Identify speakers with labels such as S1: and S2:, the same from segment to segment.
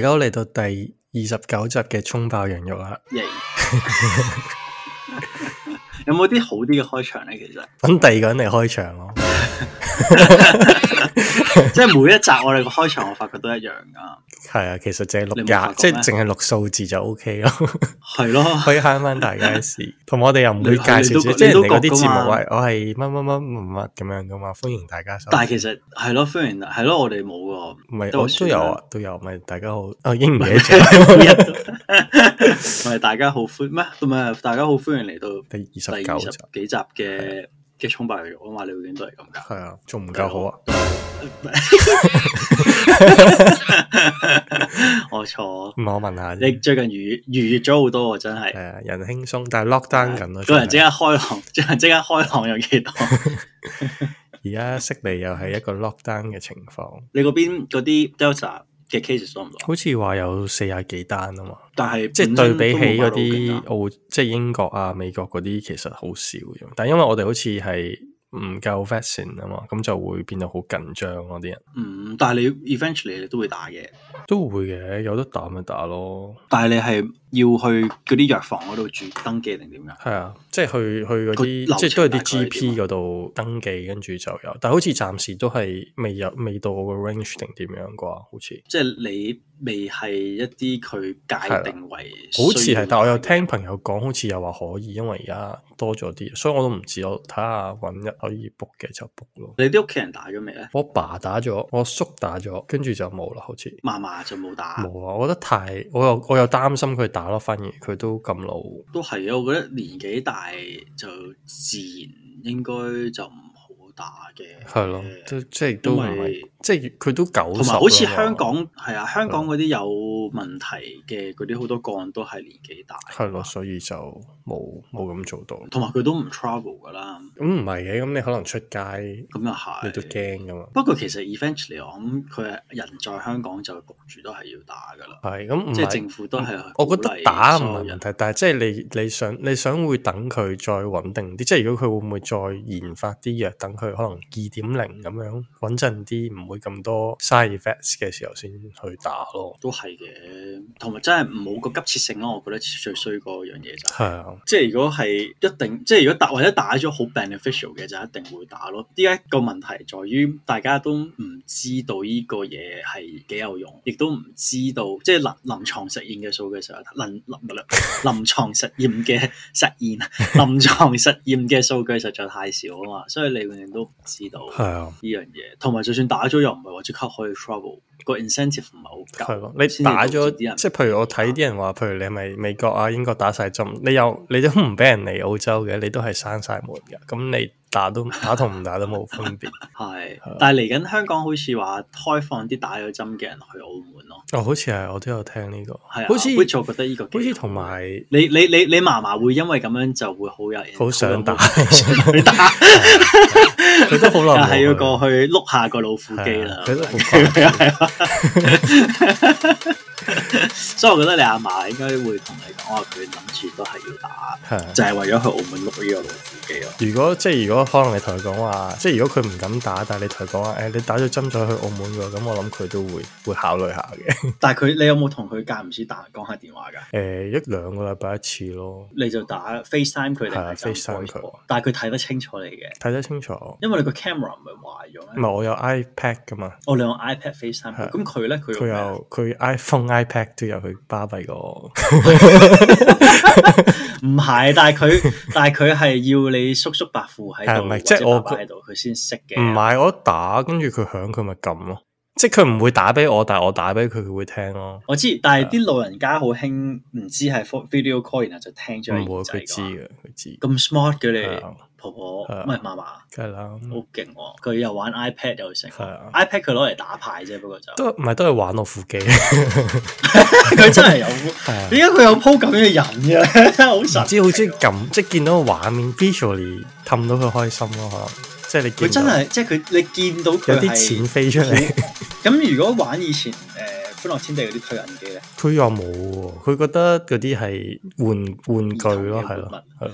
S1: 家好嚟到第二十九集嘅蔥爆羊肉啦，
S2: 耶有冇啲好啲嘅開場咧？其實，
S1: 揾 第二個人嚟開場咯。
S2: 即係每一集我哋個開場，我發覺都一樣噶，
S1: 係啊，其實淨係錄
S2: 你冇發
S1: 廿，
S2: 覺
S1: 即係
S2: 咩
S1: 淨係錄數字就 O K 咯，
S2: 係咯，
S1: 可以慳翻大家嘅事。同我哋又唔會
S2: 你
S1: 介紹自己，
S2: 你都
S1: 即係人哋嗰啲
S2: 你都
S1: 節
S2: 覺㗎嘛
S1: 目係我係乜乜乜乜乜咁樣噶嘛，歡迎大家收聽。
S2: 但係其實係咯，雖然係咯，我哋冇
S1: 唔
S2: 個，
S1: 係
S2: 都
S1: 我
S2: 算
S1: 都有
S2: 啦
S1: 啊，都有咪大家好啊，英語嘅
S2: 唔係大家好歡咩？唔係大家好歡迎嚟到
S1: 第二
S2: 第
S1: 十
S2: 二
S1: 九
S2: 十
S1: 集
S2: 幾集嘅嘅衝爆肉啊嘛，你永遠都係咁 噶。
S1: 係啊，仲唔夠好啊？
S2: 我錯，
S1: 唔係我問下啫
S2: 你最近愉愉悅咗好多喎，真嗯係。
S1: 係啊，人輕鬆，但係 lock down 緊咯。
S2: 個人即刻開朗，個人即刻開朗有 幾多？
S1: 而家悉尼又係一個 lock down 嘅情況。
S2: 你嗰邊嗰啲 Delta 嘅 cases 多唔多？
S1: 好似話有四廿幾單啊嘛，
S2: 但係
S1: 即係對比起嗰
S2: 本身都冇話好勁
S1: 啲
S2: 啊
S1: 澳，即係英國啊、美國嗰啲，其實好少嘅。但因為我哋好似係唔夠 vaccine 啊嘛，咁就會變到好緊張咯。啲人
S2: 嗯，但係你 eventually 你都會打嘅，
S1: 都會嘅，有得打咪打咯。
S2: 但係你係要去嗰啲藥房嗰度住登記定點㗎？
S1: 係啊，即係去去嗰
S2: 個流
S1: 啲，
S2: 程
S1: 即係都係啲
S2: 大啊概係點
S1: GP 嗰度登記，跟住就有。但係好似暫時都係未有未到我個 range 定點樣啩？好似
S2: 即係你未係一啲佢界定為
S1: 好似
S2: 需要
S1: 係，但我有
S2: 打嘅
S1: 聽朋友講，好似又話可以，因為而家多咗啲，所以我都唔知。我睇下揾日可以 book 嘅就 book 咯。
S2: 你啲屋企人打咗未咧？
S1: 我爸打咗，我叔打咗，跟住就冇啦，好似
S2: 嫲嫲就冇打
S1: 冇，啊！我覺得太，我又我又擔心佢打咯，反而佢都咁老，
S2: 都係啊！我覺得年紀大就自然應該就唔好打嘅。
S1: 係咯，都即係都唔
S2: 因
S1: 係
S2: 為，
S1: 即係佢都九
S2: 同
S1: 十
S2: 埋
S1: 啦嘛。嗯
S2: 好似香港係啊，香港嗰啲有問題嘅嗰啲好多個案都係年紀大，
S1: 係咯，所以就冇冇咁做到。
S2: 同埋佢都唔 travel 噶啦，
S1: 咁唔係嘅，咁你可能出街
S2: 咁又
S1: 你都
S2: 係。
S1: 驚噶嘛。
S2: 不過其實 eventually 我諗佢係人在香港就焗住都係要打噶啦，
S1: 係咁唔
S2: 即係
S1: 係
S2: 政府都係。
S1: 我覺得打唔
S2: 所有
S1: 係問
S2: 人
S1: 題，但係即係你你想你想會等佢再穩定啲，即係如果佢會唔會再研發啲藥，等佢可能二點零咁樣穩陣啲，唔會咁多 side effects 嘅時候先去打咯。
S2: 都係嘅，同埋真係冇個急切性咯。我覺得最衰嗰樣嘢就係
S1: 係啊，
S2: 即係如果係一定，即係如果打或者打咗好 beneficial 嘅就一定會打咯。依家個問題在於大家都唔知道呢個嘢係幾有用，亦都唔知道即係臨臨床實驗嘅數據上，臨臨臨臨床實驗嘅實驗， 臨床實驗嘅數據實在太少啊嘛，所以你永遠都唔知道
S1: 係啊，
S2: 呢樣嘢。同埋就算打咗又唔係話即刻可以 travel，個 incentive 唔係好
S1: 係
S2: 夠
S1: 咯。。你
S2: 先至
S1: 打咗
S2: 導致啲人，啊
S1: 即係譬如我睇啲人話，譬如你咪美國啊、英國打晒針，你又你都唔俾人嚟澳洲嘅，你都係閂晒門嘅。咁你打 都打同唔打都冇分別。
S2: 係，但係嚟緊香港好似話開放啲打咗針嘅人去澳門咯，
S1: 哦，好似係我都有聽呢、個，
S2: 係啊，
S1: 好似
S2: which 我覺得呢個幾
S1: 好似同埋
S2: 你你你你嫲嫲會因為咁樣就會好有
S1: 好想打
S2: 好想去打，
S1: 佢都好
S2: 但
S1: 耐冇
S2: 係要
S1: 去
S2: 過去碌下個老虎機
S1: 係啊
S2: 啦，
S1: 佢都好
S2: 所以我覺得你阿嫲應該會同你講話，佢諗住都係要打，
S1: 係啊
S2: 就係為咗去澳門碌呢個老虎 機咯。
S1: 如果即係如果可能你同佢講話，即係如果佢唔敢打，但係你同佢講話，誒、你打咗針再去澳門嘅，咁我諗佢都會會考慮下嘅。 誒、
S2: 但係佢你有冇同佢間唔時打講下電話㗎？
S1: 一兩個禮拜一次咯，
S2: 你就打 FaceTime 佢定
S1: 係啊
S2: 係就
S1: FaceTime
S2: voice
S1: 佢
S2: call？但係佢睇得清楚你嘅，
S1: 睇得清楚。唔
S2: 因為你個 camera 唔係壞咗咩？
S1: 係我有 iPad 噶嘛，
S2: 我哋用 iPad FaceTime，
S1: 係
S2: 佢咁佢咧佢用
S1: 佢
S2: 咩啊
S1: 有佢 iPhone、iPad 都有佢巴閉個。
S2: 唔係，但係佢 但係佢係要你叔叔伯父喺
S1: 係
S2: 度，
S1: 唔
S2: 或
S1: 係即係
S2: 者
S1: 我
S2: 爸爸喺度，佢先識嘅。
S1: 唔係我打，跟住佢響佢咪撳咯。即係佢唔會打俾我，但係我打俾佢，佢會聽咯。
S2: 我知，但係啲老人家好興，唔知係 fo- video call，然後就聽
S1: 唔
S2: 咗
S1: 會
S2: 耳仔
S1: 佢知
S2: 㗎嘛。
S1: 嘅，佢知。
S2: 咁 smart 嘅
S1: 係
S2: 你
S1: 啊
S2: 婆婆，唔
S1: 係啊
S2: 係
S1: 梗
S2: 嫲嫲，好
S1: 係啦，
S2: 勁喎！佢又玩 iPad 又成
S1: 係啊
S2: ，iPad 佢攞嚟打牌啫，不過就
S1: 都唔係都係玩我副 機。
S2: 佢真係有，
S1: 係啊
S2: 點解佢有鋪咁嘅人嘅？ 好神
S1: 唔
S2: 奇
S1: 知好中意撳，即係見到個畫面 visually 氹到佢開心咯，可能即係你見
S2: 佢真
S1: 到
S2: 係即係佢，你見到佢
S1: 有啲
S2: 係
S1: 錢飛出嚟，
S2: 咁如果玩以前誒、呃歡樂天地嗰啲推銀機咧，
S1: 佢又冇喎，佢覺得嗰啲係玩玩具咯，
S2: 兒童嘅
S1: 係
S2: 玩
S1: 咯，係咯，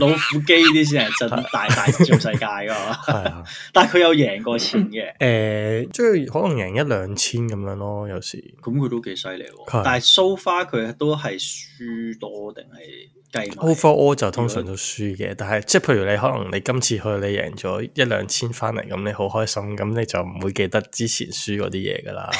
S2: 老虎機呢啲先係真大大做世界噶嘛。
S1: 係 啊。
S2: 但係佢有贏過錢嘅，
S1: 誒，即係可能贏一兩千咁樣咯，有時
S2: 咁佢都幾犀利喎
S1: 係。
S2: 但係 so far 佢都係輸多定係計埋
S1: overall 就通
S2: 嗯
S1: 常都輸嘅，但係即係譬如你可能你今次去你贏咗一兩千翻嚟，咁你好開心，咁你就唔會記得之前輸嗰啲嘢噶 啦。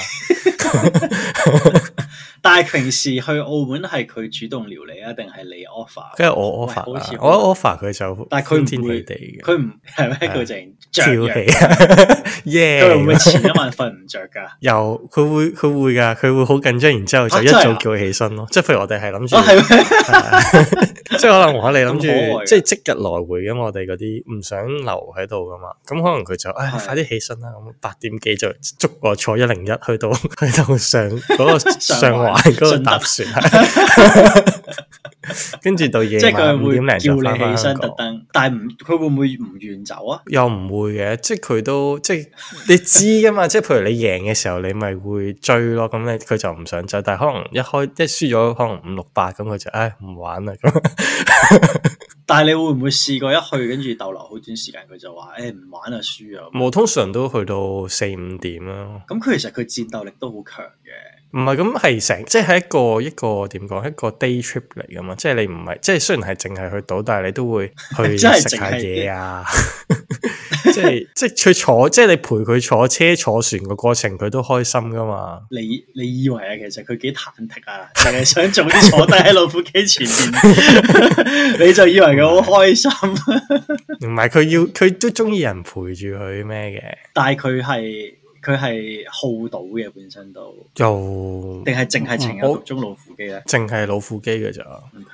S2: 但係平時去澳門係佢主動撩你啊，定係你 offer？
S1: 跟住我 offer
S2: 喂好似
S1: 啦，我 offer 佢就
S2: 但係佢唔
S1: 歡天
S2: 會
S1: 喜地嘅，
S2: 佢唔係咩？佢淨着
S1: 跳
S2: 嘅，
S1: 起
S2: 佢會唔會
S1: 耶！
S2: 前一晚瞓唔着㗎？
S1: 又佢會佢會㗎，佢會好緊張，然之後就
S2: 啊
S1: 一
S2: 真係
S1: 早
S2: 啊
S1: 叫佢起身咯。即係譬如我哋係諗住
S2: 啊，。係咩？
S1: 即係可能我哋諗
S2: 咁可愛啊
S1: 住
S2: 嘅
S1: 即係即日來回咁，我哋嗰啲唔想留喺度噶嘛，咁可能佢就唉
S2: 係
S1: 快啲起身啦，咁八點幾就捉我坐一零一去到 去到上嗰、 個上環嗰度搭船，跟住到夜
S2: 即係
S1: 晚
S2: 佢
S1: 五點零
S2: 會
S1: 就翻
S2: 叫你
S1: 返
S2: 起身
S1: 香
S2: 特
S1: 港。
S2: 登，但係唔佢會唔會唔願走啊？
S1: 又唔會嘅，即係佢都即係你知噶嘛，即係 譬如你贏嘅時候，你咪會追咯，咁你佢就唔想走，但係可能一開一輸咗，可能五六八咁，佢就唉唔玩啦咁。
S2: 但係你會唔會試過一去跟住逗留好短時間，佢就話誒唔玩啊輸啊咁？
S1: 我通常都去到四五點啦，
S2: 咁佢其實佢戰鬥力都好強嘅，
S1: 唔係咁係成，即係一個一個點講，一個 day trip 嚟噶嘛，即係你唔係，即係雖然係淨係去到，但係你都會去
S2: 真係
S1: 食下
S2: 淨係
S1: 嘢啊， 即係即係佢坐，即係你陪佢坐車坐船個過程，佢都開心噶嘛。
S2: 你你以為啊，其實佢幾忐忑啊，淨係想早啲坐低喺老虎機前 面，你就以為佢好開心，
S1: 唔係佢要，佢都中意人陪住佢咩嘅，
S2: 但係佢係佢係好賭嘅本身都，
S1: 又
S2: 定係淨係情
S1: 嗯
S2: 有獨鍾老虎機咧？
S1: 淨係老虎機嘅咋。
S2: OK，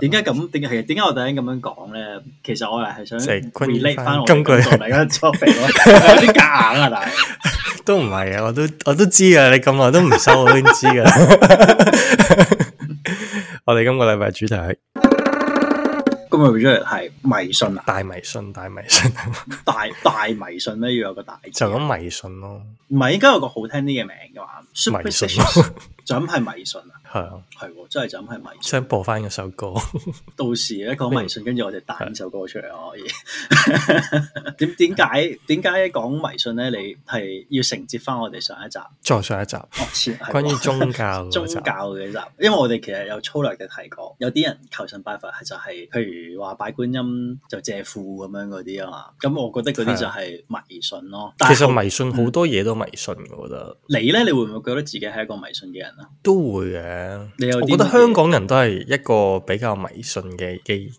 S2: 點解咁？點解點解我突然間咁樣講咧？其實我係想
S1: 即係困擾
S2: relate
S1: 返
S2: 翻我
S1: 今
S2: 今
S1: 句
S2: 句嚟嘅 topic 咯，有啲夾硬啊，但係
S1: 都唔係啊嘅，我都我都知噶，你咁耐都唔收，我已經知噶 啦。我哋今個禮拜主題係
S2: 今日 r e 係迷信啊，
S1: 大迷信，大迷信，
S2: 大大迷信咧要有個大字
S1: 就咁迷信咯，
S2: 唔係應該有個好聽啲嘅名㗎嘛
S1: 迷信啊
S2: ？Superstitious 就咁係迷信啊，
S1: 係啊，
S2: 係喎，真係就咁係迷 信。
S1: 想播翻嗰首歌，
S2: 到時咧講迷信，跟住我哋彈呢首歌出嚟啊可以。 點點解點解講迷信咧？你係要承接翻我哋上一集
S1: 再上一集
S2: 哦，切係喎
S1: 關於宗教嗰
S2: 宗
S1: 集
S2: 教，嘅集，因為我哋其實有粗略嘅提過，有啲人求神拜佛係就係、譬如話拜觀音就借庫咁樣嗰啲啊嘛，咁我覺得嗰啲就係迷信咯。但
S1: 其
S2: 係
S1: 實迷信好多嘢都迷信嘅，我覺得
S2: 你咧，你會唔會覺得自己係一個迷信嘅人啊？
S1: 都會嘅。
S2: 你有啲
S1: 我覺得
S2: 乜嘢
S1: 香港人都係一個比較迷信嘅嘅，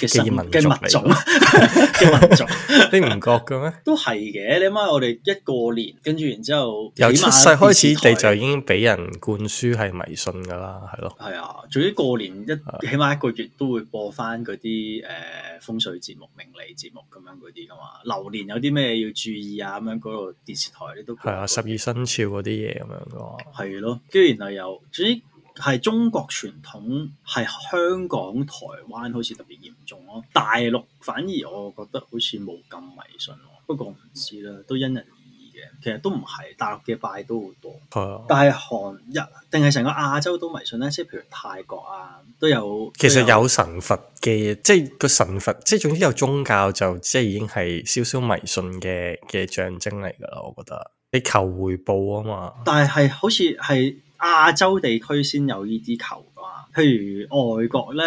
S2: 嘅
S1: 嘅
S2: 生
S1: 民族
S2: 嘅
S1: 嚟
S2: 物種 嘅物種
S1: 你唔覺嘅咩？
S2: 都係嘅。你諗下，我哋一過年，跟住然之後
S1: 由
S2: 起
S1: 出
S2: 碼
S1: 世開始，
S2: 電視台
S1: 你就已經俾人灌輸係迷信噶啦，係咯。
S2: 係啊，總之過年一起碼一個月都會播翻嗰啲誒風水節目、命理節目咁樣嗰啲噶嘛。流年有啲咩要注意啊？咁樣嗰度電視台你都
S1: 係啊，十二生肖嗰啲嘢咁樣噶嘛。
S2: 係咯，跟住然後又總之係中國傳統係香港、台灣好似特別嚴重咯，大陸反而我覺得好似冇咁迷信喎。不過唔知啦，都因人而異嘅。其實都唔係，大陸嘅拜都好多。
S1: 係啊，
S2: 但係韓日定係成個亞洲都迷信咧，即係譬如泰國啊，都有
S1: 其實
S2: 都
S1: 有神佛嘅，即係個神佛，即係總之有宗教就即係已經係少少迷信嘅嘅象徵嚟噶啦。我覺得你求回報啊嘛，
S2: 但係係好似係亞洲地區先有呢啲球㗎嘛。譬如外國咧，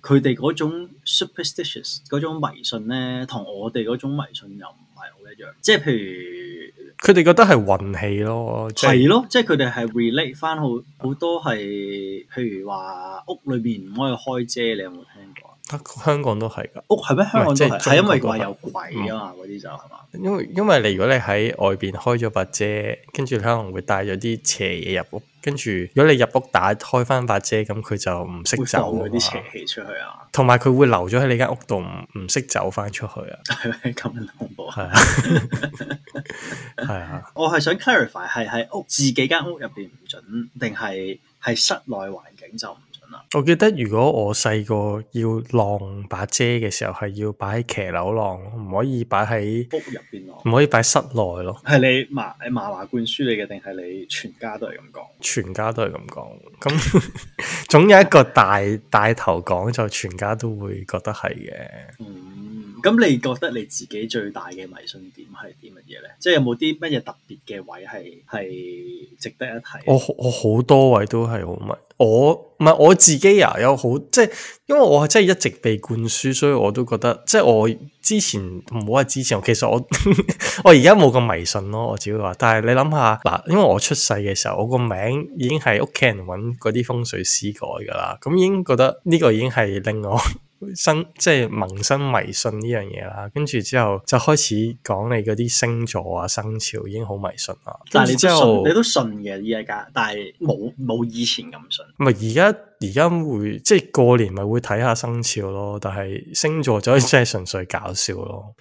S2: 佢哋嗰種 superstitious 嗰種迷信咧，同我哋嗰種迷信又唔係好一樣。即係譬如
S1: 佢哋覺得係運氣咯，即係
S2: 係咯，即係佢哋係 relate 翻好好多係，譬如話屋裏面唔可以開遮，你有冇聽過啊？
S1: 啊香港都係㗎。
S2: 屋係咩？香港
S1: 即
S2: 都
S1: 係
S2: 係，
S1: 中
S2: 係因為
S1: 國嗯都
S2: 話
S1: 係
S2: 有鬼啊嘛，嗰啲就係嘛。
S1: 因為因為你如果你喺外邊開咗把遮，跟住你可能會帶咗啲邪嘢入屋，跟住如果你入屋打開翻把遮，咁佢就唔識
S2: 會放
S1: 走
S2: 嗰
S1: 啊
S2: 啲
S1: 嘛
S2: 邪氣出去啊，
S1: 同埋佢會留咗喺你間屋度，唔唔識走翻出去啊。
S2: 係咪 咁恐怖啊？
S1: 係啊，係啊， 啊
S2: 我係想 clarify 係喺屋自己間屋入邊唔準，定係係室內環境就唔準啊啦。
S1: 我記得如果我細個要晾把遮嘅時候，係要擺喺騎樓晾，唔可以擺喺
S2: 屋入邊咯，
S1: 唔可以擺室內咯。
S2: 係你麻麻麻灌輸你嘅，定係你全家都係咁講？
S1: 全家都係咁講，咁 總有一個大大頭講，就全家都會覺得係嘅。
S2: 嗯，咁你覺得你自己最大嘅迷信點係啲乜嘢咧？即係有冇啲乜嘢特別嘅位係係值得一提？
S1: 我好我好多位都係好迷，我唔係我自己啊，有好即係，因為我係真係一直被灌輸，所以我都覺得即係我之前唔好話之前，其實我 我而家冇咁迷信咯，我只會話，但係你諗下嗱，因為我出世嘅時候，我個名已經係屋企人揾嗰啲風水師改噶啦，咁已經覺得呢個已經係令我。 生即係萌生迷信呢樣嘢啦，跟住之後就開始講你嗰啲星座啊、生肖已經好迷信啦。跟
S2: 但係你
S1: 住之
S2: 都
S1: 後
S2: 信，你都信嘅依一家，但係冇冇以前咁信。
S1: 咪而家而家會即係過年咪會睇下生肖咯，但係星座 就真係純粹搞笑咯。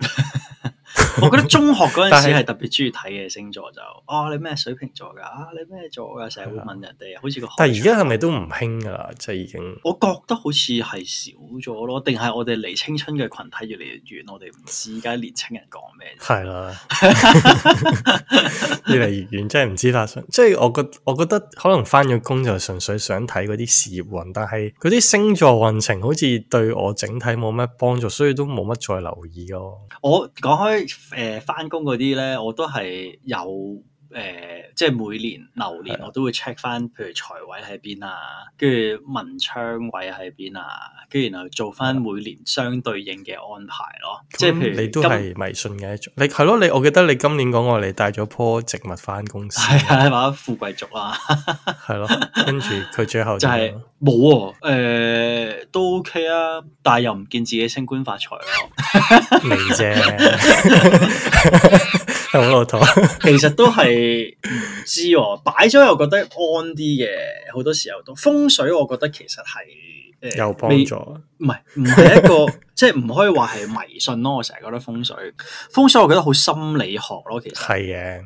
S2: 我覺得中學嗰陣時
S1: 但係
S2: 係特別中意睇嘅星座就，哦你咩水瓶座㗎，啊你咩座㗎，成日會問人哋，好似個
S1: 啊但係而家係咪都唔興噶啦？即係已經
S2: 我覺得好似係少咗咯，定係我哋離青春嘅群體越嚟越遠，我哋唔知而家年青人講咩。
S1: 係 啦，越嚟越遠，真係唔知發生。即係我覺我覺得可能翻咗工就純粹想睇嗰啲事業運，但係嗰啲星座運程好似對我整體冇乜幫助，所以都冇乜再留意咯。
S2: 我講開誒翻工嗰啲咧，我都係有誒、呃即係每年流
S1: 啊
S2: 年我都會 check 翻，譬如財位喺邊啊，跟住文昌位喺邊啊，跟住然後做翻每年相對應嘅安排咯。即係
S1: 啊
S2: 譬
S1: 咁
S2: 如
S1: 你都
S2: 今
S1: 係迷信嘅一種，你係咯？你我記得你今年講過你帶咗棵植物翻公司。
S2: 係啊，話富貴族啦，
S1: 啊系咯，跟住佢最後
S2: 就
S1: 點
S2: 係
S1: 樣
S2: 冇喎，誒、呃都 OK 啊，但係又唔見自己升官發財啊咯。
S1: 未 啫，好老土。
S2: 其實都係唔知喎，擺咗又覺得安啲嘅，好多時候都風水，我覺得其實係誒
S1: 有幫
S2: 未
S1: 助，
S2: 唔係唔係一個即係唔可以話係迷信咯。我成日覺得風水，風水我覺得好心理學咯，其實
S1: 係嘅。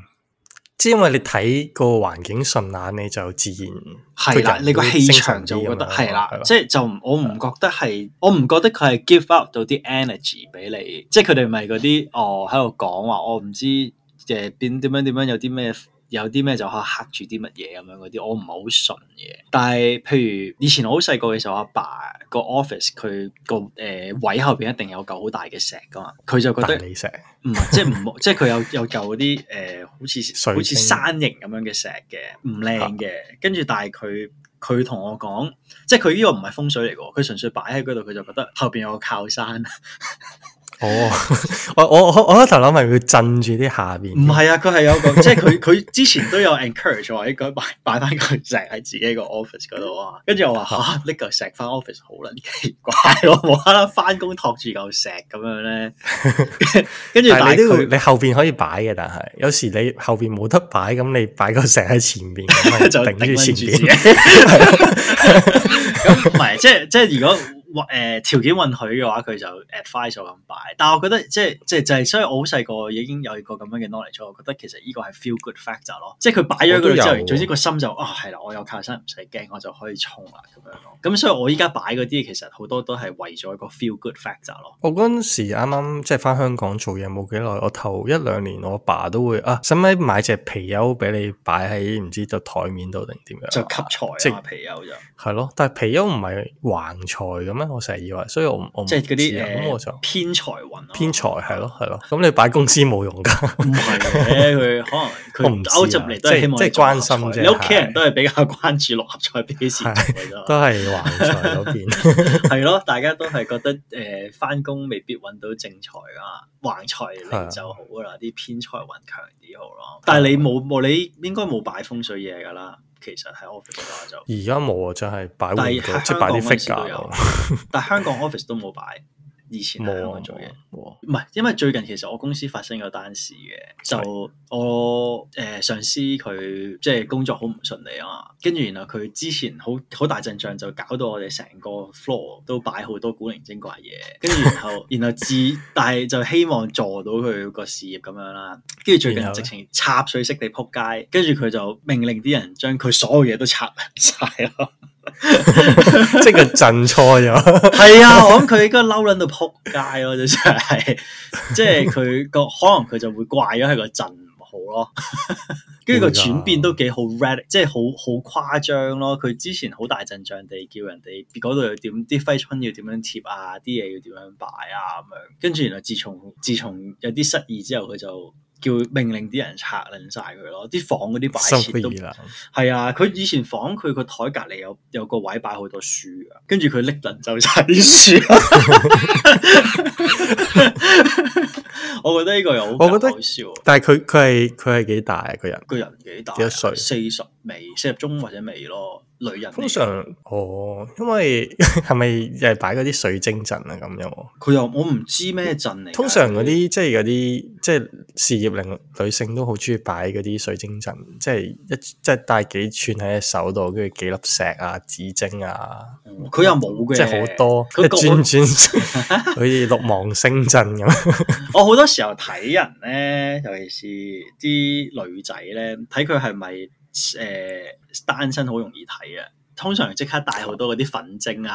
S1: 即係因為你睇個環境順眼，你就自然
S2: 係啦，你個氣場
S1: 場
S2: 就會覺得係
S1: 係
S2: 啦，即
S1: 係
S2: 係就唔我唔覺得係，我唔覺得佢係 give up 到啲 energy 俾你，即係佢哋咪嗰啲哦喺度講話，我唔知誒邊點樣點樣有啲咩。有啲咩就嚇嚇住啲乜嘢咁樣嗰啲，我唔係好信嘅。但係譬如以前我好細個嘅時候，阿爸個 office 佢個誒位後邊一定有嚿好大嘅石噶嘛，佢就覺得
S1: 大理石，
S2: 唔係，即係唔 即係佢有有嚿嗰啲誒，好似
S1: 水
S2: 好似
S1: 晶啊
S2: 山形咁樣嘅石嘅，唔靚嘅。跟住但係佢佢同我講，即係佢呢個唔係風水嚟嘅喎，佢純粹擺喺嗰度，佢就覺得後邊有個 靠山。
S1: 哦，我我我我一頭諗係佢震住啲下
S2: 唔
S1: 邊，
S2: 係啊，佢係有個即係佢佢之前都有 encourage 我話應該擺擺翻嚿石喺自己個 office 嗰 度啊。跟住我話嚇，呢嚿石翻 office 好撚奇怪喎，無啦啦翻工托住嚿石咁樣咧。 跟住
S1: 但係
S2: 但
S1: 你
S2: 係
S1: 都會
S2: 佢
S1: 你後邊可以擺嘅，但係有時你後邊冇得擺，咁你擺個石喺前邊，咁咪
S2: 就
S1: 頂
S2: 頂
S1: 住前啊
S2: 住自己
S1: 邊。。
S2: 咁唔係，即係即係如果誒、呃、條件允許嘅話，佢就 advise 我咁擺。但係我覺得即係即係就係、所以我好細個已經有一個咁樣嘅 knowledge，我覺得其實呢個係 feel good factor 咯。即係佢擺咗喺嗰度之
S1: 我都
S2: 後，
S1: 有
S2: 總之個心就啊係啦，我有靠山唔使驚，我就可以衝啦咁樣咯。咁所以我依家擺嗰啲其實好多都係為咗一個 feel good factor 咯。
S1: 我嗰陣時啱啱即係翻香港做嘢冇幾耐，我頭一兩年我爸都會啊，使唔使買隻貔貅俾你擺喺唔知個台面度定點
S2: 就
S1: 樣
S2: 吸
S1: 啊？即
S2: 財啊嘛，皮友就
S1: 係咯，但係貔貅唔係橫財嘅咩？我成日以為，所以我唔我唔
S2: 即係嗰
S1: 知啊咁
S2: 啲
S1: 我
S2: 誒
S1: 就
S2: 偏財運啊
S1: 偏財係咯係咯，咁你擺公司冇用噶，
S2: 唔係嘅，佢可
S1: 我
S2: 能
S1: 唔
S2: 佢
S1: 知啊
S2: 勾入嚟都係希望
S1: 即係即
S2: 你中六合
S1: 係關
S2: 彩
S1: 心啫
S2: 你屋企人都係比較關注六合彩俾幾時做嘅
S1: 係
S2: 啫，
S1: 都係橫財嗰 邊。
S2: 係咯，大家都係覺得誒翻工未必揾到正財啊，橫財嚟就好噶啦，啲偏財運強啲好咯。但係你冇冇你應該冇擺風水嘢㗎啦，其實喺 office 嘅話就，
S1: 而家冇啊，真係擺玩具，
S2: 但係
S1: 即係
S2: 香
S1: 擺
S2: 港
S1: 啲
S2: 嗰陣時都
S1: figure 咯
S2: 有。但係香港 office 都冇擺，以前
S1: 冇
S2: 係
S1: 啊
S2: 香港做嘢。
S1: 冇啊
S2: 唔係，因為最近其實我公司發生咗單事嘅，就我誒、呃上司佢即係工作好唔順利啊嘛，跟住然後佢之前好好大陣仗就搞到我哋成個 floor 都擺好多古靈精怪嘢，跟住 然後然後至但係就希望助到佢個事業咁樣啦，跟住最
S1: 然
S2: 近
S1: 後
S2: 直
S1: 呢
S2: 情插水式地撲街，跟住佢就命令啲人將佢所有嘢都拆晒咯。
S1: 即係佢震錯 咗，
S2: 系啊，我諗佢應該嬲撚到扑街咯，真係， 即係佢個可能佢就會怪咗係個陣唔好咯， 跟住個
S1: 會㗎
S2: 轉變都幾好 rad，即係好好誇張咯。佢之前好大陣仗地叫人哋嗰度要點啲揮春要點樣貼啊，啲嘢要點樣擺啊咁樣，跟住原來自從自從有啲失意之後，佢就。叫命令啲人拆撚晒佢咯，啲房嗰 啲擺
S1: 心
S2: 設都
S1: 灰意冷。
S2: 係啊，佢以前房佢個台隔離有有個位擺好多書噶，跟住佢拎人走晒啲啊書。 我覺得呢個又好
S1: 我覺得
S2: 搞笑啊。
S1: 但係佢佢係佢係幾大啊個人？
S2: 個人幾大啊？
S1: 幾多歲
S2: 四十尾，四十中或者尾咯。女人嚟嘅
S1: 通常哦，因 為係咪又係擺嗰啲水晶陣啊咁樣喎？
S2: 佢又我唔知咩陣嚟㗎。
S1: 通常嗰啲即係嗰啲即係事業令女性都好中意擺嗰啲水晶陣，即係一即係戴幾串喺隻手度，跟住幾粒石啊、紫晶啊，
S2: 嗯佢又冇嘅，
S1: 即係好多，即
S2: 佢
S1: 係
S2: 個
S1: 轉轉 好似六芒星陣咁。
S2: 我好多時候睇人咧，尤其是啲女仔咧，睇佢係咪誒單身好容易睇啊！通常即刻帶好多嗰啲粉晶啊，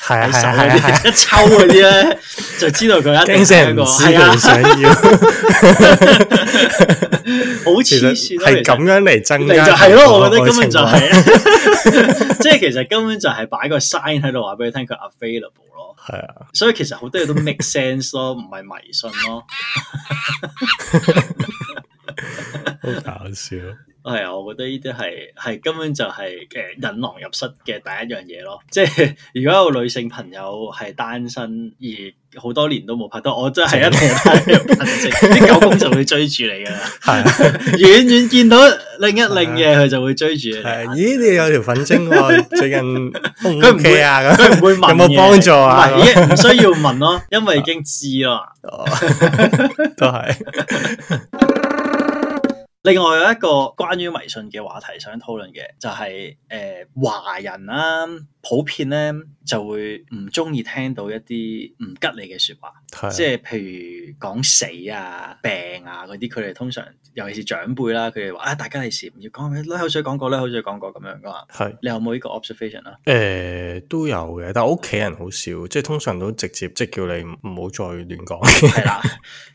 S1: 係啊
S2: 喺手
S1: 係啊係
S2: 嗰
S1: 啊係啊
S2: 啲，一抽嗰啲咧，就知道佢一 定
S1: 驚死
S2: 係一
S1: 人
S2: 個
S1: 唔知
S2: 係啊
S1: 佢，想要，
S2: 好黐
S1: 其實
S2: 線咯，
S1: 係咁
S2: 其實
S1: 樣嚟增
S2: 嚟
S1: 加
S2: 就係咯，我覺得
S1: 愛
S2: 根本
S1: 情
S2: 就
S1: 觀
S2: 係， 即係其實根本就係擺個 sign 喺度話俾你聽佢 available 咯，
S1: 係啊，
S2: 所以其實好多嘢都 make sense 咯，唔係迷信咯。
S1: 好搞笑。
S2: 係啊，我覺得呢啲係係根本就係誒引狼入室嘅第一樣嘢咯。 即係如果有女性朋友係單身而好多年都冇拍拖，我真係一定有單一個憑證， 啲狗公就會追住你噶啦。
S1: 係啊，
S2: 遠遠見到另一另嘅，佢就會追住你。
S1: 係咦？你有條粉晶喎，最近 O 唔
S2: 佢唔
S1: OK 啊？咁
S2: 佢唔會問嘅
S1: 有冇幫助啊
S2: 唔係已經唔需要問咯，因為已經知啦。
S1: 哦都係
S2: 另外有一個關於迷信嘅話題想討論嘅，就係、誒、華人啦、普遍咧就會唔中意聽到一啲唔吉利嘅説話，
S1: 係啊
S2: 即係譬如講死啊、病啊嗰啲，佢哋通常尤其是長輩啦，佢哋話啊，大家利是唔要講，甩口水講過，甩口水講過咁樣噶嘛。
S1: 係
S2: 你有冇呢個 observation 啊？
S1: 誒、都有嘅，但係我屋企人好少，即係通常都直接即係叫你唔唔好再亂講。
S2: 係啦，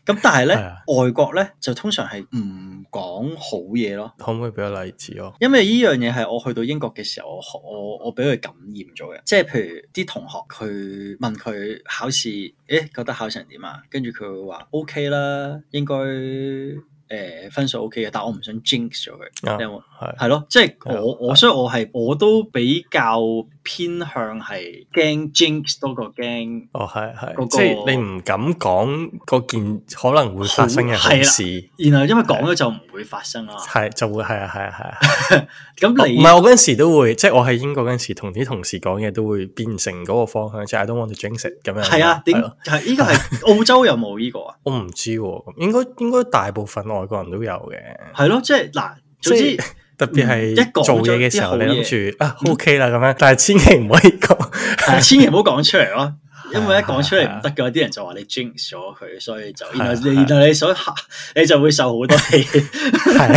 S2: 咁但係咧
S1: 係啊
S2: 外國咧就通常係唔講好嘢咯。
S1: 可唔可以俾個例子我？
S2: 因為呢樣嘢係我去到英國嘅時候，我學我我俾佢感染咗嘅，即係譬如啲同學佢問佢考試，誒覺得考成點啊？跟住佢會話 OK 啦，應該誒、呃分數 OK 嘅，但我唔想 jinx 咗佢，
S1: 啊
S2: 你有冇？
S1: 係
S2: 係咯，即係
S1: 係啊
S2: 我我所以我係我都比較偏向係驚 jinx 多過驚
S1: 哦，係係，
S2: 嗰個
S1: 即係你唔敢講嗰件可能會發生嘅好事，
S2: 然後因為講咗就唔會發生 啦。
S1: 係就會係啊係啊係啊。
S2: 咁
S1: 哦唔
S2: 你
S1: 係我嗰陣時都會，即係我喺英國嗰陣時，同啲同事講嘢都會變成嗰個方向，即係 I don't want to jinx it 咁樣。
S2: 係啊？點
S1: 咯
S2: 係呢個係澳洲有冇呢個 啊？
S1: 我唔知喎，應該應該大部分外國人都有嘅，
S2: 係咯，即係嗱，總
S1: 即
S2: 之
S1: 係。特別係
S2: 嗯一講咗
S1: 做嘢嘅時候，
S2: 啲
S1: 你
S2: 好嘢
S1: 諗住啊 OK 啦咁樣，但係千祈唔可以講。
S2: 係 千祈唔好講出嚟 咯，因為一講出嚟唔
S1: 係
S2: 得嘅，啲人就話你 jinx 咗佢，所以就
S1: 係
S2: 然後
S1: 係
S2: 你然後你想嚇， 你就會受好多氣，
S1: 係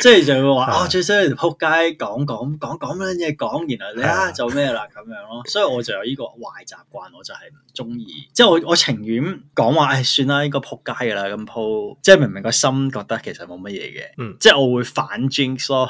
S2: 即係就會話
S1: 係
S2: 啊最衰你條撲街講講講講乜嘢講，然後你
S1: 係
S2: 啊
S1: 啊
S2: 就咩啦咁樣咯，所以我就有呢個壞習慣，我就係唔中意，即係我我情願講話唉算啦，應該撲街㗎啦咁鋪，即係明明個心覺得其實冇乜嘢嘅，
S1: 嗯
S2: 即係我會反 jinx 咯。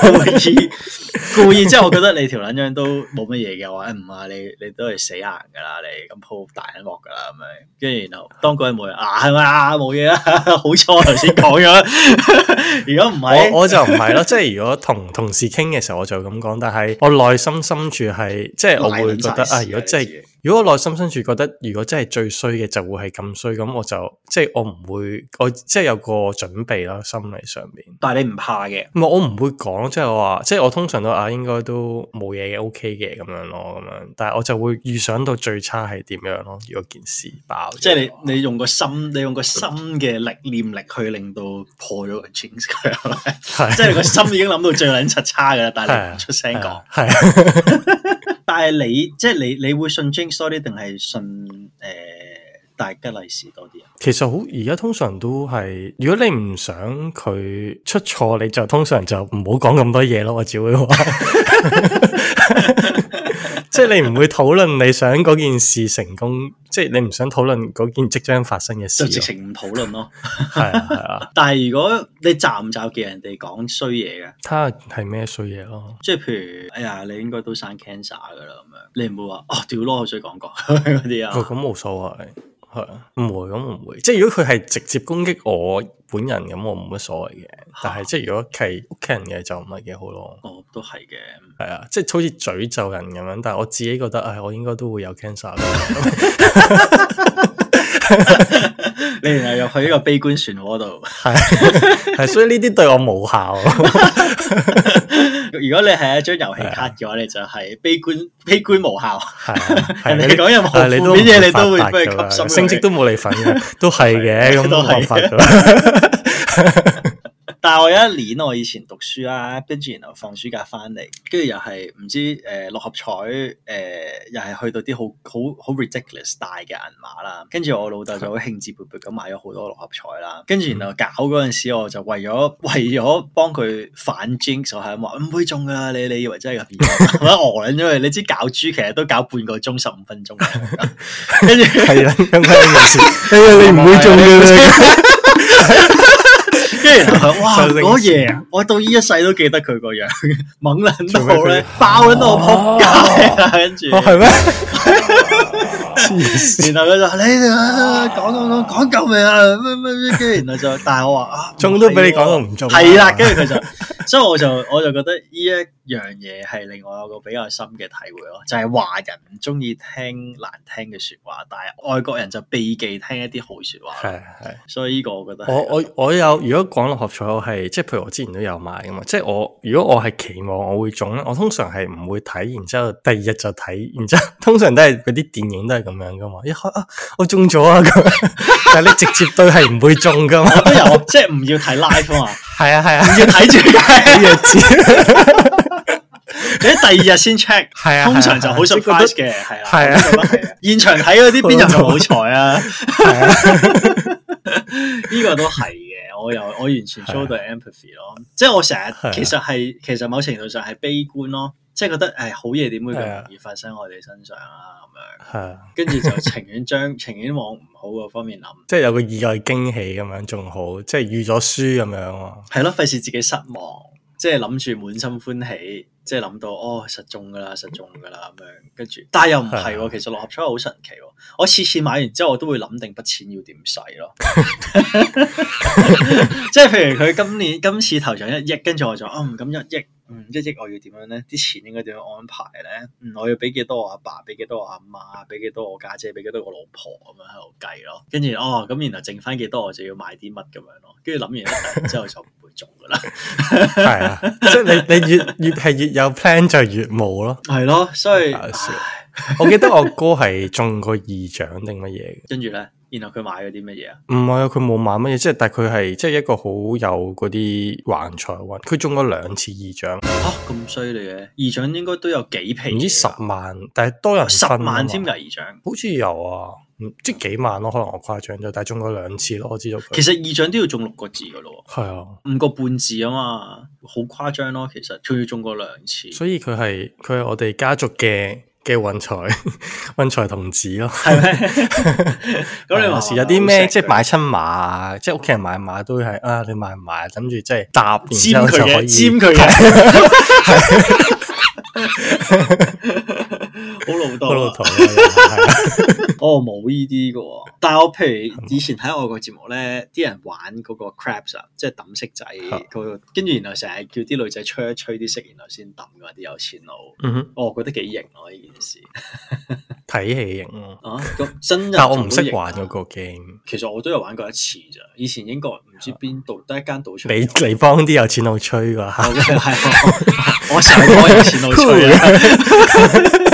S2: 故意 故意，即係我覺得你條撚樣都冇乜嘢嘅，我話哎唔啊，你你都係死硬噶啦，你咁鋪大撚鑊噶啦咁樣，跟住然後當嗰日冇人啊，係咪啊冇嘢啊， 好彩我頭先講咗， 如果唔係
S1: 我我就唔係咯，即係如果同同事傾嘅時候，我就咁講，但係我內心深處係即係我會覺得
S2: 賴撚晒
S1: 啊，
S2: 事
S1: 如果
S2: 你
S1: 真
S2: 自
S1: 係
S2: 己
S1: 如果我內心深處覺得，如果真係最衰嘅就會係咁衰，咁我就即係我唔會，我即係有個準備啦，心理上面。
S2: 但係你唔怕嘅，
S1: 唔係我唔會講，即係我話，即係我通常都啊，應該都冇嘢嘅，OK 嘅咁樣咯，咁樣。但係我就會預想到最差係點樣咯。如果件事爆咗，
S2: 即係你你用個心，你用個心嘅力念力去令到破咗個 jinx 佢係咪，
S1: 係
S2: 即係你個心已經諗到最撚柒差㗎啦，但係
S1: 係
S2: 你
S1: 啊
S2: 唔出聲
S1: 係
S2: 講
S1: 啊。係啊
S2: 但係你即係你，你會信 Jinx 多啲定係信誒、呃大吉利是多啲啊？
S1: 其實好而家通常都係，如果你唔想佢出錯，你就通常就唔好講咁多嘢咯。我只會 話， 即係你唔會討論你想嗰件事成功，即係你唔想討論嗰件即將發生嘅事
S2: 就直
S1: 咯。
S2: 情唔討論咯。
S1: 係啊係啊，
S2: 但係如果你責唔責叫人哋講衰嘢嘅，
S1: 睇下係咩衰嘢咯。
S2: 即係譬如哎呀，你應該都生 cancer 㗎啦咁樣，你唔會話哦屌咯，我想講講 嗰啲
S1: 哦，
S2: 啊。
S1: 咁冇所謂，係啊，唔會咁唔會。即係如果佢係直接攻擊我本人，咁我冇乜所謂嘅。
S2: 啊
S1: 但係即係如果係屋企人嘅，就唔係幾好咯。
S2: 哦，都係嘅。
S1: 係啊，即係好似詛咒人咁樣，但係我自己覺得，唉、我應該都會有 cancer 啦。
S2: 你然後入去呢個悲觀漩渦度。
S1: 係 係，所以呢啲對我無效。
S2: 如果你係一張遊戲卡嘅話，你就係悲觀悲觀無效。
S1: 係啊，係啊
S2: 人哋講任何
S1: 係啊你都
S2: 負面嘢
S1: 冇
S2: 你都
S1: 辦
S2: 會
S1: 法
S2: 俾佢
S1: 㗎啦啊
S2: 吸收咗
S1: 升職都冇你份嘅，都係嘅，咁
S2: 都
S1: 冇
S2: 係
S1: 辦法 㗎。
S2: 但係我有一年啊我以前讀書啦，跟住然後放暑假翻嚟，跟住又係唔知誒、呃六合彩誒、呃又係去到啲好好好 ridiculous 大嘅銀碼啦，跟住我老豆就好興致勃勃咁買咗好多六合彩啦，跟住然後搞嗰陣時，我就為咗 為咗幫佢反 jinx，我係咁話唔會中㗎啦，你你以為真係咁易中？我餓撚咗佢，你知搞豬其實都搞半個鐘十五分鐘嘅，跟住。
S1: 係啊啦，咁樣嘅 事，哎呀你唔
S2: 啊
S1: 會中嘅啦。
S2: 跟住然後佢 哇，
S1: 就令
S2: 嗰嘢啊，我到依一世都記得佢個樣， 猛撚
S1: 做咩
S2: 到咧
S1: 佢，
S2: 爆撚到我仆街啊！跟住，
S1: 哦，係 咩？ 黐線。
S2: 然後佢就你哋啊講講講講夠未啊？乜乜乜跟住然後就， 但係我話啊，
S1: 中都俾你講到唔啊中，
S2: 係啦，跟住佢就， 所以我就我就覺得呢一樣嘢係令我有個比較深嘅體會咯，就係華人唔中意聽難聽嘅説話，但係外國人就避忌聽一啲好説話，
S1: 係係。
S2: 所以呢個我覺得係
S1: 我我我有，如果講六合彩，我係即係譬如我之前都有買噶嘛，即係我如果我係期望我會中咧，我通常係唔會睇，然之後第二日就睇，然之後 通常都係嗰啲電影都係咁樣噶嘛，一開啊我中咗啊咁 樣，但係你直接對係唔會中噶嘛，
S2: 我都有，即係唔要睇 live 啊嘛。
S1: 係啊係啊，
S2: 要睇住佢，
S1: 弱智，
S2: 你第二日先 check，
S1: 係啊
S2: 通常就好
S1: 係啊
S2: surprise 嘅，係啦，
S1: 係啊
S2: 我都覺得係啊，現場睇嗰啲邊有咁好彩 啊？呢個都係嘅，我又我完全 show 到 empathy 咯，即係我成日
S1: 係啊
S2: 其實係其實某程度上係悲觀咯，即係覺得誒好嘢點會咁
S1: 啊
S2: 容易發生我哋身上啊咁樣，
S1: 係啊，
S2: 跟住就情願將 情願往唔好嗰方面諗，
S1: 即係有個意外驚喜咁樣仲好，即係預咗輸咁樣喎，
S2: 係咯，費事自己失望，即係諗住滿心歡喜，即係諗到哦實中噶啦，實中噶啦咁樣，跟住但係又唔係
S1: 係
S2: 喎，其實六合彩好神奇喎，我次次買完之後我都會諗定筆錢要點使咯， 即係譬如佢今年今次投上一億，跟住我就嗯咁一億。嗯，一億我要點樣咧？啲錢應該點樣安排咧？嗯，我要俾幾多我阿爸，俾幾多我阿媽，俾幾多我家姐，俾幾多我老婆咁樣喺度計咯。跟住哦，咁然後剩翻幾多我就要買啲乜咁樣咯。跟住諗完一陣之後就唔會中噶啦。
S1: 係啊，即係你你越越係越有 plan 就越冇咯。
S2: 係咯，所以
S1: 搞笑我記得我哥係中過二獎定乜嘢嘅。
S2: 跟住咧，然後佢買咗啲乜嘢啊？
S1: 唔係啊，佢冇買乜嘢，即係但係佢係即係一個好有嗰啲橫財運，佢中咗兩次二獎，
S2: 啊，咁犀利嘅，二獎應該都有幾皮嘢啊，
S1: 唔知十萬，但係多人
S2: 十
S1: 分啊嘛
S2: 萬添㗎二獎。
S1: 好似有啊，唔即係幾萬咯，可能我誇張咗，但係中咗兩次咯，我知道佢
S2: 其實二獎都要中六個字㗎咯
S1: 係啊，
S2: 喎，五個半字啊嘛，好誇張咯。其實佢要中過兩次，
S1: 所以佢係佢係我哋家族嘅嘅運財 運財童子咯。
S2: 係咪？ 咁你
S1: 有
S2: 話
S1: 時有啲咩即係
S2: 買
S1: 買親馬，即係屋企人買馬都係啊，你買唔買？諗住即係搭，然之
S2: 尖
S1: 後
S2: 佢
S1: 就可
S2: 嘅，
S1: 以
S2: 尖佢嘅，好老好
S1: 嗰
S2: 多
S1: 度台
S2: 啊。
S1: 灣人係 啊
S2: 哦，冇呢啲 嘅喎，但係我譬如以前睇外國節目咧，啲人玩嗰個 crabs 啊，即係抌骰仔嗰個，跟住然後成日叫啲女仔吹一吹啲骰，然後先抌嘅啲有錢佬。
S1: 嗯哼，
S2: 哦我覺得幾型咯呢件事
S1: 睇戲型咯，
S2: 啊！咁真人，
S1: 嗯 但我唔識玩嗰。個 game。
S2: 其實我都有玩過一次咋，以前英國唔知邊度得一間賭場。哦
S1: 你你幫啲有錢佬吹㗎嚇，
S2: 係我成日講有錢佬吹
S1: 啊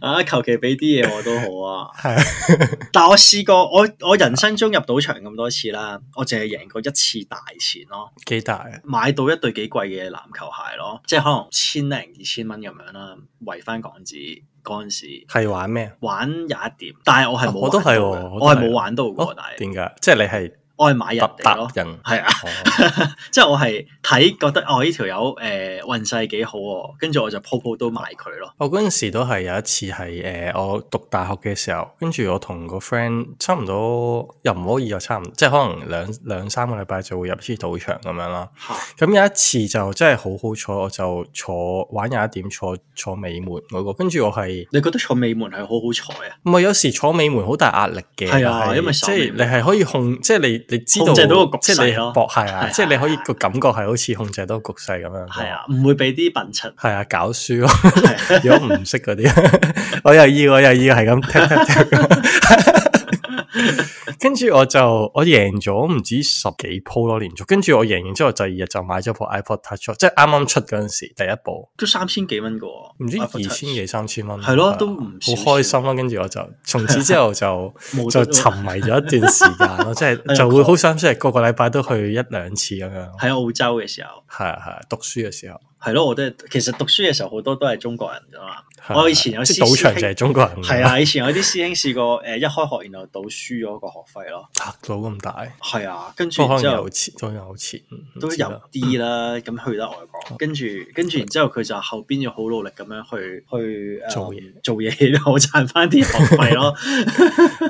S2: 啊！ 啊，求其俾啲嘢我都好啊。
S1: 係啊
S2: 但我試過，我我人生中入賭場咁多次啦，我淨係贏過一次大錢咯，
S1: 幾大啊？
S2: 買到一對幾貴嘅籃球鞋咯，即係可能千零二千蚊咁樣啦，圍翻港紙嗰陣時。
S1: 係玩咩？
S2: 玩有一點，但係我係冇
S1: 啊我都係喎
S2: 玩到
S1: 我都
S2: 嘅我係
S1: 係
S2: 冇玩到過，
S1: 哦
S2: 但係
S1: 點解？即係你係
S2: 我係買人
S1: 搭
S2: 哋
S1: 搭
S2: 咯，
S1: 人。
S2: 係啊，
S1: 哦
S2: 即係我係睇覺得哦呢條友誒運勢幾好喎，跟住我就鋪鋪都買佢咯。
S1: 我嗰陣時都係有一次係誒、呃我讀大學嘅時候，跟住我同個 friend 差唔多，又唔可以又差唔，即係可能兩兩三個禮拜就會入一次賭場咁樣啦。
S2: 嚇
S1: 咁有一次就真係好好彩，我就坐玩有一點坐坐尾門嗰、個，跟住我係
S2: 你覺得坐尾門係好好彩啊？
S1: 唔係有時坐尾門好大壓力嘅，
S2: 係啊
S1: 但係
S2: 因為
S1: 即
S2: 守尾
S1: 係
S2: 門
S1: 你係可以控，即係你你知道，
S2: 控制到個局
S1: 即係你
S2: 勢咯
S1: 搏係
S2: 係
S1: 啊，
S2: 啊
S1: 即係你可以
S2: 係啊
S1: 個感覺係好似控制到個局勢咁樣。
S2: 係啊，唔會俾啲笨柒。
S1: 係啊，搞輸咯。
S2: 係啊
S1: 如果唔識嗰啲， 我又要我又要係咁踢踢踢。 跟住我就我贏咗唔止十幾鋪咯，連續。跟住我贏完之後，第二日就買咗部 iPod Touch，咯即係啱啱出嗰陣時第一部，
S2: 都三千幾蚊個喎，
S1: 唔知
S2: iPod
S1: 二
S2: Touch
S1: 千幾三千蚊。
S2: 係咯
S1: 啊
S2: 都唔少
S1: 好開心咯。跟住我就從此之後 就
S2: 冇得
S1: 就沉迷咗一段時間咯，即
S2: 哎呀
S1: 係就會好想即係個個禮拜都去一兩次咁樣。
S2: 喺澳洲嘅時候，
S1: 係啊係啊，讀書嘅時候，
S2: 係咯，我都係其實讀書嘅時候好多都係中國人㗎嘛。
S1: 係啊
S2: 我以前有
S1: 即係
S2: 師
S1: 賭場就係
S2: 師兄
S1: 中國人。
S2: 係，啊，以前有啲師兄試過誒一開學然後賭輸咗個學費咯，
S1: 嚇到咁大。
S2: 係啊，跟住
S1: 不過可
S2: 然之
S1: 能
S2: 後
S1: 有錢，都有錢，唔
S2: 都
S1: 知
S2: 有
S1: 啦嗯
S2: 啲啦，咁去得外國，跟住跟住然之後佢就後邊要好努力咁樣去去誒
S1: 做嘢
S2: 做嘢，然後賺翻啲學費咯，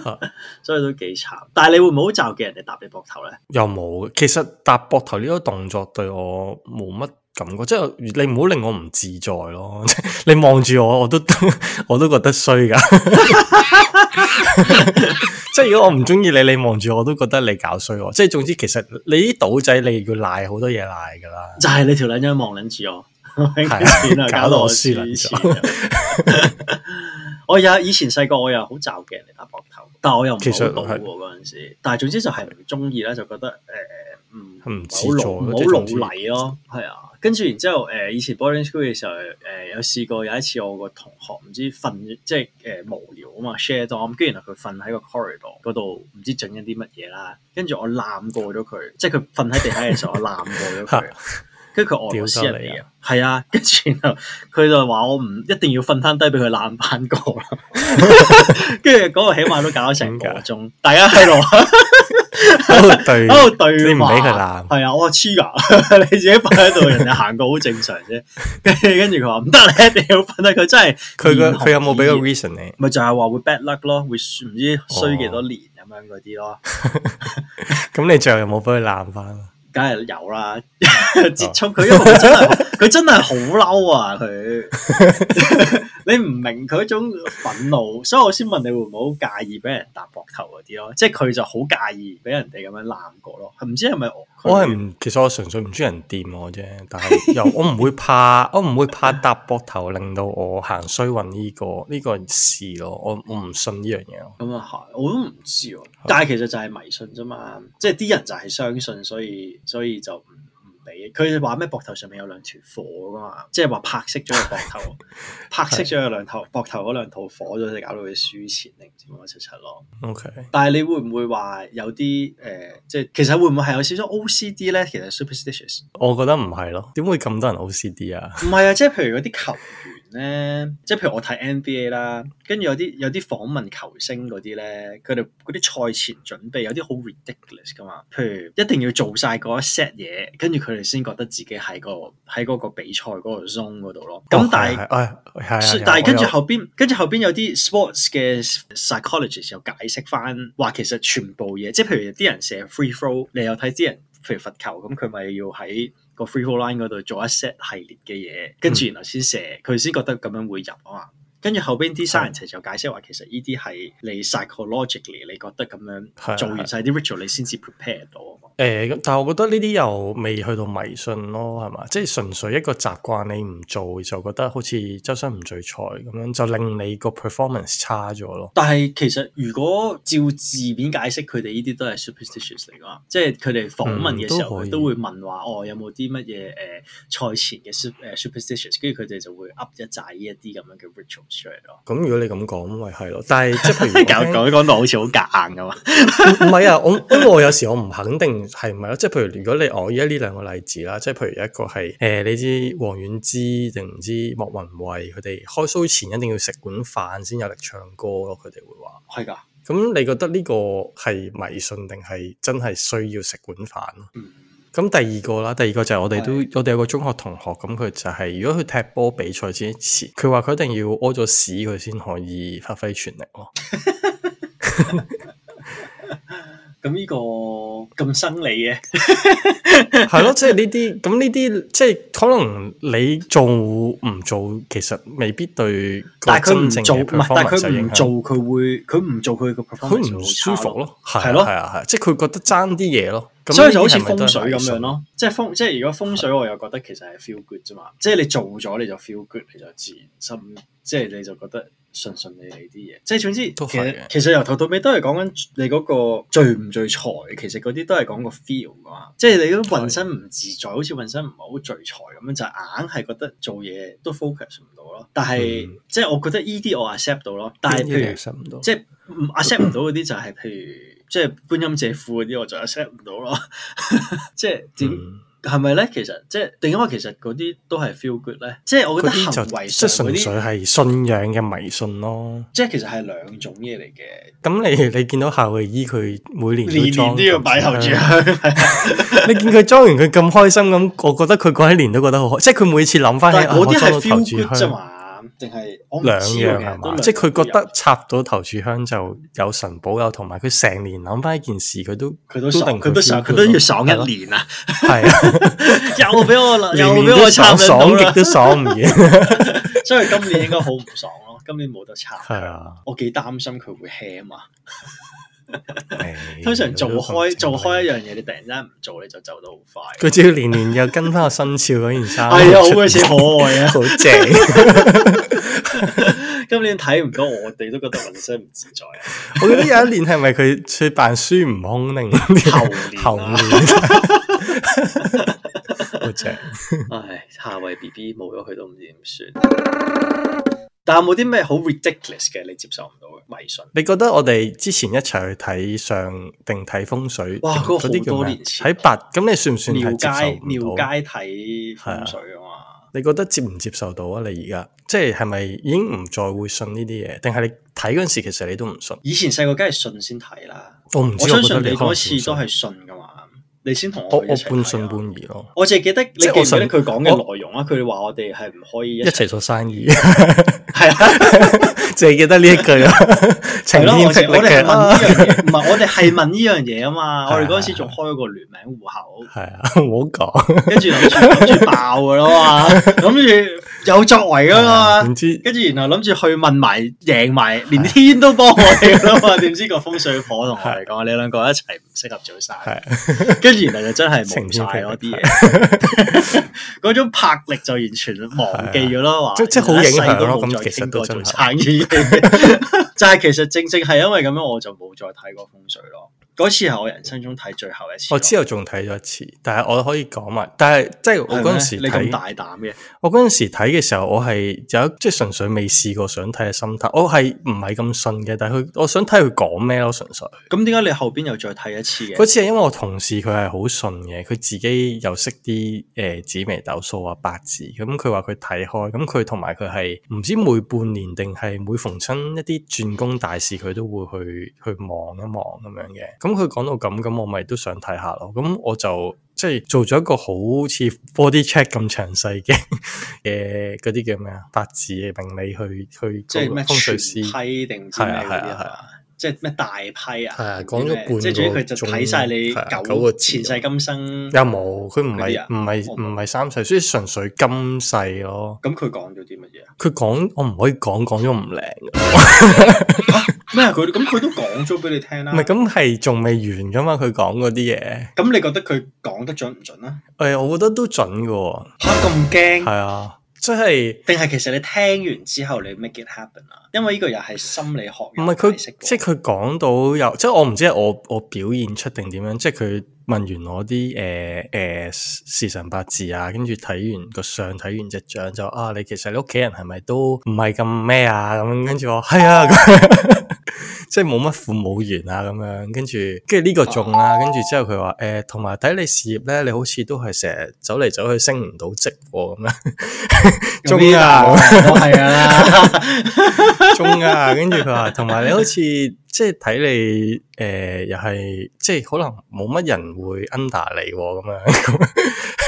S1: 啊
S2: 所以都幾慘。但係你會唔會好就嘅人哋搭你膊頭咧？
S1: 又冇。其實搭膊頭呢個動作對我冇乜感覺，即係你唔好令我唔自在咯。 你望住我，我都 我都覺得衰噶。 即係如果我唔中意你，你望住我都覺得你搞衰我。即係總之，其實你啲賭仔你要賴好多嘢賴噶 啦。
S2: 就係你條撚樣望撚住我，
S1: 係啊
S2: 錢啊，搞
S1: 搞
S2: 到
S1: 到
S2: 我
S1: 我
S2: 輸
S1: 輸
S2: 撚
S1: 撚
S2: 咗。 我有以前細個我又好罩嘅人嚟打膊頭，但我又唔係
S1: 其實
S2: 好賭喎
S1: 係
S2: 嗰陣時。但係總之就係唔中意啦，就覺得誒嗯唔
S1: 唔自
S2: 好
S1: 在咯
S2: 努唔
S1: 即係
S2: 好
S1: 總之
S2: 努力咯，係啊。跟住然之後誒、以前 boarding school 嘅時候誒、有試過有一次我個同學唔知瞓即係誒、無聊啊嘛 share dorm，跟住然後佢瞓喺個 corridor 嗰度唔知整緊啲乜嘢啦，跟住我攬過咗佢，即係佢瞓喺地下嘅時候我攬過咗佢。 跟住佢俄羅斯人嚟嘅，係啊，跟住然後佢就話我唔一定要瞓攤低俾佢攬翻 過啦，跟住嗰個起碼都搞咗成個鐘，大家喺度
S1: 喺度對
S2: 喺度對
S1: 你唔
S2: 話，
S1: 俾佢攬
S2: 係啊，我話黐 噶，你自己瞓喺度，人哋行過好正常啫，跟住跟住佢話唔得，你一定要瞓低，佢真係
S1: 佢
S2: 面
S1: 個
S2: 紅
S1: 佢有冇俾個
S2: 耳熱
S1: reason 你？
S2: 咪就係話會 bad luck 咯，會唔知衰幾
S1: 哦
S2: 多年咁樣嗰啲咯，
S1: 咁你最後有冇俾佢攬翻？
S2: 梗係有 啦，接觸佢，因為佢真
S1: 哦
S2: 係佢真係好嬲啊！佢 你唔明佢嗰種憤怒，所以我先問你會唔會好介意俾人搭膊頭嗰啲咯？即係佢就好介意俾人哋咁樣攬過咯，唔知係咪我佢
S1: 我係唔，其實我純粹唔中意人掂我啫，但係又我唔會怕， 我唔會怕搭膊頭令到我行衰運呢、個呢、個事咯，我我唔信呢樣嘢咯。
S2: 咁啊係，我都唔知喎。但係其實就係迷信啫嘛，即係啲人就係相信，所以所以就唔唔俾。佢哋話咩膊頭上面有兩團火噶嘛，即係話拍熄咗個膊頭，拍熄咗個兩頭膊頭嗰兩套火咗，就搞到佢輸錢定唔知乜柒柒咯。
S1: OK，
S2: 但係你會唔會話有啲誒、呃即係其實會唔會係有少少 OCD 咧？其實 superstitious
S1: 我覺得唔係咯，點會咁多人 OCD 啊？
S2: 唔係啊，即係譬如嗰啲球員咧，即係譬如我睇 NBA 啦，跟住有啲有啲訪問球星嗰啲咧，佢哋嗰啲賽前準備有啲好 ridiculous 噶嘛，譬如一定要做晒嗰一 set 嘢，跟住佢哋先覺得自己喺個喺嗰個比賽嗰個 zone 嗰度咯。咁
S1: 哦
S2: 但係
S1: 係。係係係係
S2: 所
S1: 係
S2: 以
S1: 啊
S2: 但係跟住
S1: 我有
S2: 後邊，跟住後邊有啲 sports 嘅 psychologist 又解釋翻，話其實全部嘢，即係譬如有啲人射 free throw，你又睇啲人，譬如罰球咁，佢咪要喺個 free throw line 嗰度做一 set 系列嘅嘢，跟
S1: 嗯
S2: 住然後先射，佢先覺得咁樣會入啊嘛。跟住後邊啲 science 就解釋話，其實呢啲係你 psychologically 你覺得咁
S1: 係
S2: 樣做完晒啲 ritual，你先至 prepare 到啊嘛。
S1: 誒、咁但係我覺得呢啲又未去到迷信咯，係嘛？即係純粹一個習慣，你唔做就覺得好似周身唔聚財咁樣，就令你個 performance 差咗咯。
S2: 但係其實如果照字面解釋，佢哋呢啲都係 superstitious 嚟噶嘛，即係佢哋訪問嘅時候，
S1: 嗯都可
S2: 佢、
S1: 以
S2: 都會問話哦，有冇啲乜嘢呃誒賽前嘅 sup- 誒 superstitious，跟住佢哋就會噏一紮呢一啲咁樣嘅 rituals 出嚟咯。
S1: 咁如果你咁講，咪係咯。但係即係譬 如我聽
S2: 講講到好似好夾硬咁啊！
S1: 唔係啊，我因為我有時我唔肯定係唔係咯，即係譬如如果你我而家呢兩個例子啦，即係譬如一個係誒、呃你知黃遠之定唔知莫文蔚佢哋開 show 前一定要食碗飯先有力唱歌咯，佢哋會話。
S2: 係㗎，
S1: 咁你覺得呢個係迷信定係真係需要食碗飯咯？
S2: 嗯，
S1: 咁第二個啦，第二個就係我哋都
S2: 係
S1: 我哋有個中學同學，咁佢就係、如果佢踢波比賽之前，佢話佢一定要屙咗屎佢先可以發揮全力咯。
S2: 咁呢個咁生理嘅，
S1: 係咯，即係呢啲咁呢啲，即係可能你做唔做，其實未必對個
S2: 但係佢唔
S1: 真正
S2: 做，
S1: 嘅
S2: 唔係，但係
S1: performance 有
S2: 佢
S1: 影
S2: 唔
S1: 響
S2: 做，。佢會佢唔做佢個
S1: 佢
S2: performance 會
S1: 唔
S2: 好
S1: 舒
S2: 差
S1: 服。咯，係
S2: 係
S1: 咯，
S2: 咯
S1: 係啊，係啊，即係佢覺得爭啲嘢咯，咁
S2: 所以就好
S1: 呢啲
S2: 似
S1: 係咪都
S2: 風
S1: 係
S2: 水
S1: 迷
S2: 咁
S1: 信
S2: 樣。咯，即係風，即係如果風水，我又覺得其實係 feel good 啫嘛。即係你做咗你就 feel good，你就自然心，即係你就覺得順順利利啲嘢。即係總之，
S1: 都係
S2: 其實
S1: 嘅
S2: 其實由頭到尾都係講緊你嗰個聚唔聚財，其實嗰啲都係講個 feel 噶嘛。即係你都渾身唔自在，好似渾身唔係好聚財咁樣，就硬係覺得做嘢都 focus 唔到咯。但係、
S1: 嗯
S2: 即係我覺得呢啲我 accept 到咯，但係
S1: 邊啲
S2: 譬
S1: 人
S2: 如。
S1: accept 唔到
S2: 即係唔 accept 唔到嗰啲就係譬如即係觀音借庫嗰啲，我就 accept 唔到咯。即係點
S1: 嗯
S2: 係咪咧？其實即係定因為其實嗰啲都係 feel good 咧。即係我覺
S1: 嗰
S2: 得
S1: 啲就
S2: 行為
S1: 即係
S2: 上嗰
S1: 純粹
S2: 啲，
S1: 係信仰嘅迷信咯。
S2: 即係其實係兩種嘢嚟嘅。
S1: 咁你你 見到夏慧依佢每年
S2: 年
S1: 裝
S2: 年都要擺後住啊
S1: 咁啊
S2: 香，
S1: 你見佢裝完佢咁開心咁，我覺得佢嗰一年都覺得好開，即係佢每次諗翻起
S2: 但係嗰
S1: 啊
S2: 啲
S1: 我
S2: 係
S1: 裝到頭
S2: feel
S1: 柱
S2: good 啫
S1: 香。
S2: 嘛。定係我唔知
S1: 兩
S2: 喎
S1: 樣
S2: 其
S1: 係嘛？
S2: 實都兩
S1: 即係佢覺
S2: 都有
S1: 得插到頭柱香就有神保佑，同埋佢成年諗翻一件事，佢 都
S2: 佢都爽，
S1: 定
S2: 佢都爽，佢都要爽一年啊！
S1: 係啊，
S2: 又俾我啦，又
S1: 年年
S2: 俾我
S1: 都
S2: 插
S1: 爽，
S2: 兩刀
S1: 爽
S2: 啦
S1: 極，都爽唔 完。
S2: 所以今年應該好唔爽咯。今年冇得插，
S1: 係啊，
S2: 我幾擔心佢會 ham 啊。
S1: 唉
S2: 通常做開做開一
S1: 樣，
S2: 樣嘢，你突然間唔做，你就走得好快。
S1: 佢只要年年又跟翻個生肖嗰件衫，
S2: 係啊，好鬼似可愛啊！
S1: 好正。
S2: 今年睇唔到我哋都覺得渾身唔自在啊！
S1: 我記得有一年係咪佢去扮孫悟空定 後
S2: 後年
S1: 面？
S2: 啊
S1: 好 正。
S2: 唉，夏威 B B 冇咗佢都唔知點算。但係有冇啲咩好 ridiculous 嘅你接受唔到嘅迷信？
S1: 你覺得我哋之前一齊去睇相定睇風水，
S2: 哇
S1: 定
S2: 嗰個
S1: 嗰啲
S2: 好
S1: 叫
S2: 多
S1: 咩
S2: 年？前
S1: 睇八咁，你算唔算
S2: 廟
S1: 係
S2: 街
S1: 接受
S2: 廟
S1: 唔到？
S2: 街睇風水啊嘛，
S1: 你覺得接唔接受到啊？你而家即係係咪已經唔再會信呢啲嘢？定係你睇嗰陣時，其實你都唔信？
S2: 以前細個梗係信先睇啦。
S1: 我唔知，
S2: 我
S1: 我
S2: 相
S1: 覺
S2: 信
S1: 得
S2: 你
S1: 可能
S2: 嗰
S1: 唔
S2: 次都
S1: 信
S2: 係信噶嘛，你先同
S1: 我
S2: 我
S1: 我
S2: 去一齊睇啊
S1: 半信半疑咯，
S2: 我淨係記得你
S1: 即
S2: 記
S1: 係我
S2: 唔記得
S1: 信
S2: 佢講
S1: 我
S2: 嘅內容啊？佢哋話我哋係唔可以一
S1: 一
S2: 齊
S1: 齊做生意，
S2: 係啊，
S1: 淨係記得呢一句啊，晴
S2: 係咯，
S1: 天
S2: 我
S1: 霹
S2: 哋我
S1: 靂
S2: 哋
S1: 嘅
S2: 係問呢
S1: 啊，
S2: 樣嘢，唔係我哋係問呢樣嘢啊嘛。
S1: 係啊
S2: 我哋嗰陣時仲開咗個聯名戶口，
S1: 係啊， 唔好講，
S2: 跟住諗住諗住爆噶啦 嘛，諗住有作為噶啦嘛
S1: 點。知
S2: 跟住然後諗住去問埋贏埋，連天都幫我哋噶 啦嘛。點知個風水婆同我哋講，你兩個一齊唔適合做生意。
S1: 係啊
S2: 跟住然後就真係冇
S1: 晴天
S2: 晒
S1: 霹靂
S2: 嗰啲嘢，嗰種魄力就完全忘記咗咯，話
S1: 啊即即好影響咯咁
S2: 原來一
S1: 其實
S2: 世都冇再傾
S1: 都
S2: 過
S1: 真係
S2: 做 生意嘅嘢，就係其實正正係因為咁樣，我就冇再睇過風水咯。嗰次係我人生中睇最後一次咯。
S1: 我之啊後仲睇咗一次，但係我可以講埋，但係即係我
S2: 係
S1: 嗰
S2: 咩
S1: 陣時
S2: 你咁
S1: 睇。
S2: 大膽嘅，
S1: 我嗰陣時睇嘅時候，我係有一即係純粹未試過想睇嘅心態，我係唔係咁信嘅，但係佢我想睇佢講咩咯，純粹
S2: 咁點解你後邊又再睇一次嘅
S1: 嗰？次係因為我同事佢係好信嘅，佢自己又識啲誒紫微斗數啊八字，咁佢話佢睇開，咁佢同埋佢係唔知每半年定係每逢親一啲轉工大事，佢都會去去望一望咁樣嘅。咁佢講到咁，咁我咪都想睇下咯。咁我就即係做咗一個好似 body check 咁詳細嘅 嘅嗰啲叫咩啊八字嘅命理去去
S2: 即係咩
S1: 風水
S2: 全
S1: 師。
S2: 批定唔知咩嗰
S1: 係啊
S2: 啲
S1: 係啊係
S2: 啊
S1: 啊？
S2: 即係咩大批啊？
S1: 係啊講咗半個
S2: 即係主要佢就
S1: 鐘
S2: 睇晒你
S1: 係啊九個
S2: 九
S1: 字
S2: 前世今生。
S1: 又冇，佢唔
S2: 嗰啲
S1: 係
S2: 啊
S1: 唔係
S2: 我
S1: 唔係三世，所以純粹今世咯。
S2: 咁佢講咗啲乜嘢啊？
S1: 佢講我唔可以講，講咗唔靚嘅，
S2: 咩啊？佢咁佢都講咗俾你聽啦。
S1: 唔係咁係仲未完噶嘛？佢講嗰啲嘢，誒、
S2: 咁你覺得佢講得準唔準啊？
S1: 我覺得都準嘅喎，
S2: 嚇咁驚
S1: 係？啊，即係
S2: 定係其實你聽完之後你 make it happen 啊？因為呢個又係心理學
S1: 唔
S2: 人
S1: 係佢
S2: 解釋過
S1: 即係佢講到有，即係我唔知係我我表現出定點樣，即係佢問完我啲誒誒時辰八字啊，跟住睇完個相，睇完隻掌就啊，你其實你屋企人係咪都唔係咁咩啊？咁樣跟住我係啊。咁即係冇乜父母緣啊，咁樣跟住，跟住呢個中啦，跟住之後佢話誒，同埋睇你事業咧，你好似都係成日走嚟走去升唔到職喎，咁樣
S2: 咁
S1: 中啊，咁樣
S2: 都哦係啊，
S1: 中啊， 跟住佢話，同埋你好似即係睇你诶、呃又係即係可能冇乜人會 under 你喎咁、樣，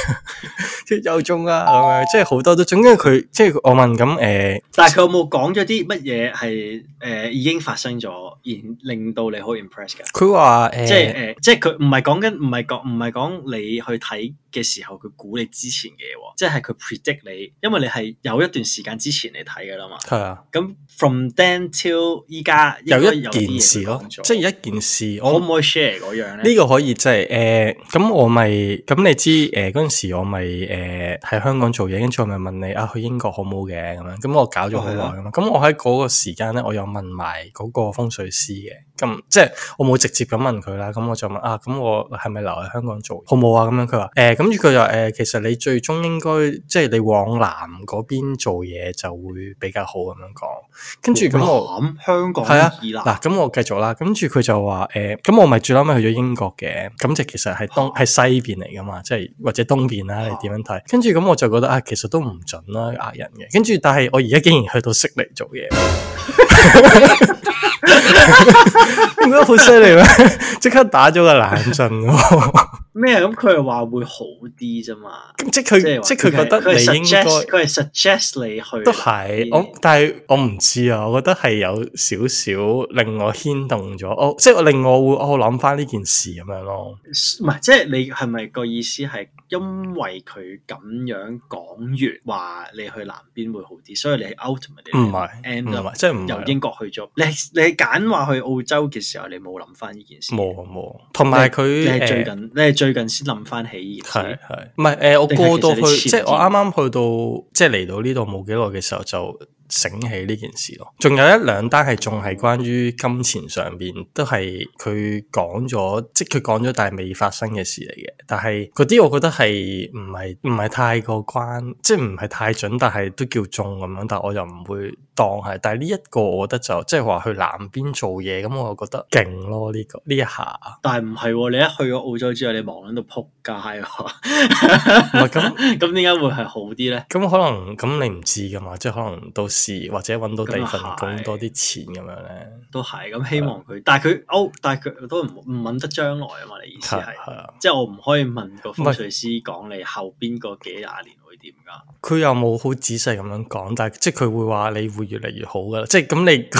S1: 即係又中
S2: 哦
S1: 啊咁樣，即係好多都中。跟住佢即係我問咁诶、
S2: 但係佢有冇講咗啲乜嘢係誒已經發生咗，而令到你好 impress 㗎？
S1: 呃佢話诶，
S2: 即係誒、呃即係佢唔係講緊，唔係講，唔係講你去睇嘅時候，佢估你之前嘅嘢喎，即係佢 predict 你，因為你係有一段時間之前你睇㗎啦嘛。
S1: 係啊，
S2: 咁 from then till 依家應該
S1: 有一
S2: 有啲嘢
S1: 件事咯
S2: 佢講，咗
S1: 即係一件事，
S2: 可
S1: 我
S2: 唔可以 share 嗰樣咧？
S1: 呢個可以即係誒，咁、我咪咁你知誒嗰陣時我咪誒喺香港做嘢，跟住我咪問你啊去英國好唔好嘅咁樣，咁我搞咗好耐
S2: 哦
S1: 咁嘛，咁我喺嗰個時間咧，我又問埋嗰個風水師嘅，咁即係我冇直接咁問佢啦，咁我就問啊，咁我係咪留喺香港做好冇啊？咁樣佢話誒，咁佢就話誒，其實你最終應該即係你往南嗰邊做嘢就會比較好咁樣講，跟住咁我。
S2: 咁香港
S1: 係啊
S2: 以南
S1: 嗱，咁我繼續啦，跟住佢就話誒，咁、我咪最後尾去咗英國嘅，咁就其實係東係西邊嚟噶嘛，即係或者東邊啦，你點樣睇？跟住咁我就覺得啊，其實都唔準啦，呃人嘅。跟住但係我而家竟然去到悉尼做嘢， 你唔覺得好犀利咩？ 即刻打咗個冷震喎！
S2: 咩？咁佢係話會好啲啫嘛。
S1: 咁即係佢
S2: 話
S1: 即係佢覺得
S2: 佢係
S1: 你應該
S2: suggest- 佢係 suggest 你去
S1: 都係
S2: 呢啲
S1: 我，但係我唔知啊，我覺得係有少少令我牽動咗，我即係令我會我諗翻呢件事咁樣咯。
S2: 唔係，即係你係咪個意思係因為佢咁樣講完話你去南邊會好啲，所以你 ultimately
S1: 唔係
S2: end
S1: 唔
S2: up
S1: 係，即係唔
S2: 由
S1: 係
S2: 英國去咗，你係你係揀話去澳洲嘅時候，你冇諗翻呢件事，
S1: 冇啊冇，同埋佢
S2: 你係最近
S1: 誒
S2: 你係最近先諗翻起呢件
S1: 係
S2: 事，
S1: 係唔係誒？我
S2: 定係
S1: 過到
S2: 其實你
S1: 去，即係
S2: 前
S1: 我啱啱去到，即係嚟到呢度冇幾耐嘅時候就醒起呢件事咯。仲有一兩單係仲係關於金錢上邊，都係佢講咗，即係佢講咗，但係未發生嘅事嚟嘅。但係嗰啲我覺得係唔係唔係太過關，即係唔係太準，但係都叫中咁樣。但我又唔會當係。但係呢一個我覺得就即係話去南邊做嘢，咁我又覺得勁咯呢個呢一下。
S2: 但係唔係喎，你一去咗澳洲之後，你忙喺度撲街喎，
S1: 唔係咁。
S2: 咁點解會係好啲咧？
S1: 咁可能咁你唔知噶嘛，即係可能到時或者揾到第二份
S2: 咁啊係
S1: 工多啲錢咁樣咧，
S2: 都係咁，希望佢，但係佢歐，但係佢都唔唔問得將來啊嘛，你意思
S1: 係
S2: 係？
S1: 係啊，
S2: 即係我唔可以問個風水師講你後邊嗰幾廿年會點㗎？
S1: 佢又冇好仔細咁樣講，但係即係佢會話你會越嚟越好噶啦，即係咁你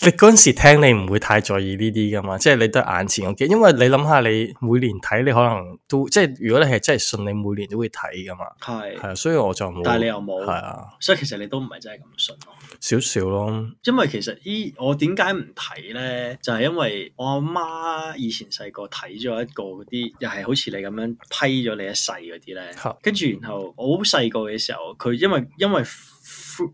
S1: 你嗰陣時聽你唔會太在意呢啲噶嘛，即係你都係眼前嗰幾，因為你諗下你每年睇你可能都即係如果你係真係信，你每年都會睇噶嘛，係
S2: 係，
S1: 啊，所以我就冇，
S2: 但係你
S1: 係
S2: 又冇，
S1: 啊，
S2: 所以其實你都唔係真係咁信咯。
S1: 少少咯，
S2: 因為其實依我點解唔睇咧，就係、因為我阿媽以前細個睇咗一個嗰啲，又係好似你咁樣批咗你一世嗰啲咧
S1: 嚇，
S2: 跟住然後我好細個嘅時候，佢因為因為 fru-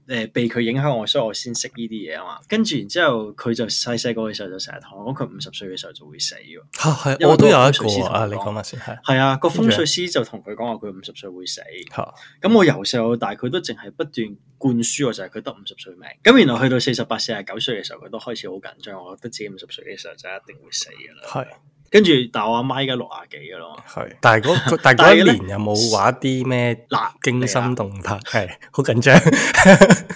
S2: 誒、被佢影響我，所以我先識呢啲嘢啊嘛。跟住然之後，佢就細細個嘅時候就成日同我講，佢五十歲嘅時候就會死喎。
S1: 嚇係
S2: 因為
S1: 我都有一
S2: 個風水
S1: 個
S2: 師
S1: 啊，
S2: 同我
S1: 你
S2: 講
S1: 講埋先係
S2: 係啊，個
S1: 跟住
S2: 風
S1: 呢
S2: 水師就同佢講話佢五十歲會死。
S1: 嚇
S2: 咁我由細到大佢都淨係不斷灌輸我就係佢得五十歲命。咁然後去到四十八、四十九歲嘅時候，佢都開始好緊張，我覺得自己五十歲嘅時候就一定會死㗎啦。
S1: 係。
S2: 跟住，但我阿媽依家六啊幾㗎啦嘛。
S1: 系，但系嗰但係
S2: 但
S1: 嗰
S2: 係
S1: 一
S2: 咧
S1: 年有冇話啲咩
S2: 嗱
S1: 驚
S2: 啊
S1: 心動魄？係好緊 張，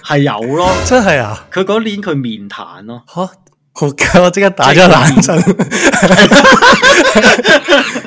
S2: 係有咯，
S1: 真係啊！
S2: 佢嗰年佢面談咯，
S1: 吓，好搞，我即刻打咗個冷 震。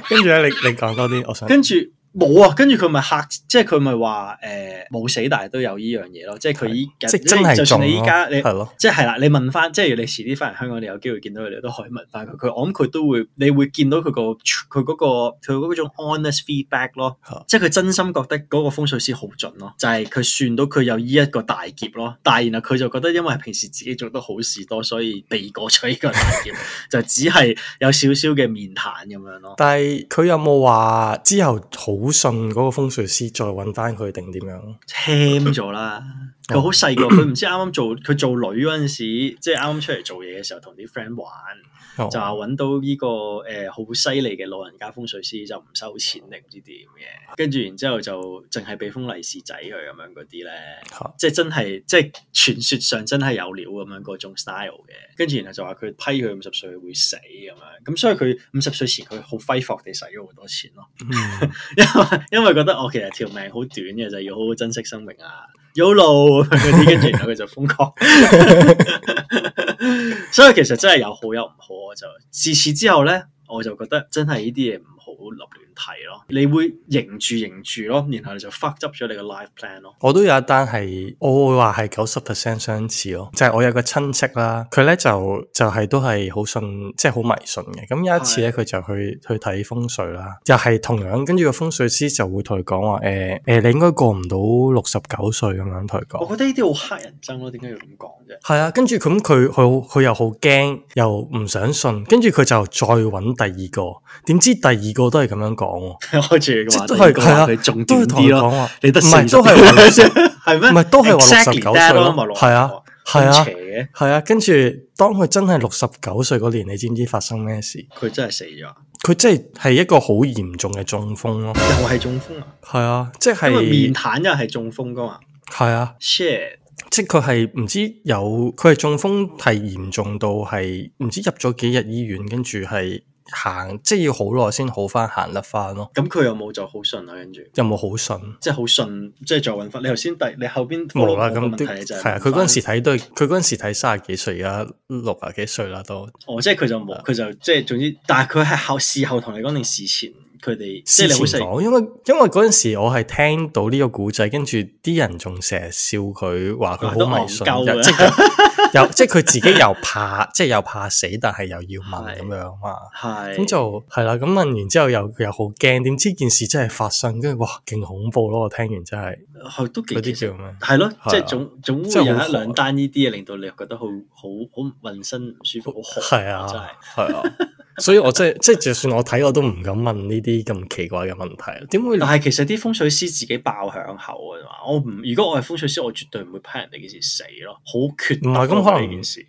S1: 跟住咧，你你講多啲，我想
S2: 跟住冇啊，跟住佢咪嚇，即係佢咪話誒冇死，但係都有呢樣嘢咯。即係佢依家，
S1: 即係真係
S2: 就
S1: 中
S2: 算你依家你
S1: 咯，係咯，
S2: 即係係啦，你問翻，即係你遲啲翻嚟香港，你有機會見到佢，你都可以問翻佢。佢我諗佢都會，你會見到佢個佢嗰個佢嗰種 honest feedback 咯
S1: 嚇，
S2: 即係佢真心覺得嗰個風水師好準咯，就係佢算到佢有呢一個大劫咯。但係然後佢就覺得因為平時自己做得好事多，所以避過咗呢個大劫，就只係有少少嘅面談咁樣咯。
S1: 但係佢有冇話之後好信嗰個風水師再揾翻佢定點樣？
S2: 聽咗啦。佢好細個，佢唔知啱啱做佢做女嗰陣時，即係啱啱出嚟做嘢嘅時候，同啲 friend 玩，
S1: 哦
S2: 就話揾到呢、個誒好犀利嘅老人家風水師，就唔收錢定唔知點嘅，跟住然之後就淨係俾封利是仔佢咁樣嗰啲咧，
S1: 嚇
S2: 即係真係即係傳說上真係有料咁樣嗰種 style 嘅，跟住然後就話佢批佢五十歲會死咁樣，咁所以佢五十歲前佢好揮霍地使咗好多錢咯。
S1: 嗯
S2: 因為 因為覺得我其實條命好短嘅，就要好好珍惜生命啊，YOLO 咁樣嗰啲，跟住然後佢就瘋狂。 所以其實真係有好有唔好，我就自此之後咧，我就覺得真係呢啲嘢唔好立亂睇咯，你會凝住凝住咯，然後你就 fuck 執咗你個 life plan 咯。
S1: 我都有一單係，我會話係九十 percent 相似咯，就係、我有個親戚啦，佢咧就就係、都係好信，即係好迷信嘅。咁有一次咧，佢就去去睇風水啦，又係同樣跟住個風水師就會同佢講話，誒、誒、你應該過唔到六十九歲咁樣同佢
S2: 我
S1: 講。
S2: 覺得呢啲好黑人憎咯，點解要咁講啫？
S1: 係啊，跟住咁佢佢佢又好驚，又唔想信，跟住佢就再揾第二個，點知第二個都係咁樣講喎，
S2: 開住嘅
S1: 即
S2: 話
S1: 係都係
S2: 第二個
S1: 係
S2: 話
S1: 啊，
S2: 佢重
S1: 都
S2: 點
S1: 係同
S2: 啲
S1: 佢講
S2: 咯，
S1: 話，
S2: 你得
S1: 唔係
S2: 40
S1: 都係話
S2: 係咩？
S1: 唔係都係話69
S2: Exactly that 咯
S1: 歲咯
S2: 咪六十
S1: 係啊
S2: 九
S1: 係啊
S2: 咁邪嘅，
S1: 係啊，跟住當佢真係六十九歲嗰年，你知唔知發生咩事？
S2: 佢真係死咗啊。
S1: 佢真係係一個好嚴重嘅中風咯。
S2: 又係中風啊！
S1: 係啊，即
S2: 因為
S1: 係
S2: 面癱又係中風噶嘛
S1: 係啊，
S2: ，shit
S1: 即係佢係唔知有佢係中風係嚴重到係唔知入咗幾日醫院，跟住係行即係要好耐先好翻行得翻咯。
S2: 咁佢又冇就好順啦，跟住
S1: 有冇好信？
S2: 即係好順，即係再揾翻。你頭先第你後邊
S1: 冇啦，
S2: follow 我
S1: 咁
S2: 個
S1: 都
S2: 問題就
S1: 係啊！佢嗰
S2: 陣
S1: 陣時，睇都係佢嗰陣時睇三十幾歲，而家六啊幾歲啦都。
S2: 哦，即係佢就
S1: 啊
S2: 冇，佢就即係總之，但係佢係後事後同你講定事前佢哋，
S1: 事
S2: 即係你好
S1: 前
S2: 細
S1: 講，因為因為嗰陣時我係聽到呢個古仔，跟住啲人仲成日笑佢話佢好迷信
S2: 啊都
S1: 嘅，
S2: 戇鳩嘅
S1: 即係又 即係佢自己又怕， 即係又怕死，但係又要問
S2: 係
S1: 咁樣嘛。
S2: 係
S1: 咁就係啦，咁問完之後又又好驚，點知件事真係發生，跟住哇勁恐怖咯！我聽完真係
S2: 係哦都幾
S1: 嗰
S2: 其
S1: 啲
S2: 實
S1: 叫咩？
S2: 係咯，
S1: 啊
S2: 即係總總
S1: 即係好
S2: 會有
S1: 寒
S2: 一兩單呢啲嘢令到你覺得好好好渾身唔舒服，好寒
S1: 係啊
S2: 真係。，
S1: 係啊，所以我真係即係就算我睇我都唔敢問呢啲咁奇怪嘅問題，點會
S2: 但係其實啲風水師自己爆響口啊嘛，我唔如果我係風水師，我絕對唔會批人哋幾時死咯，好決
S1: 唔係咁
S2: 得
S1: 可能
S2: 呢件事。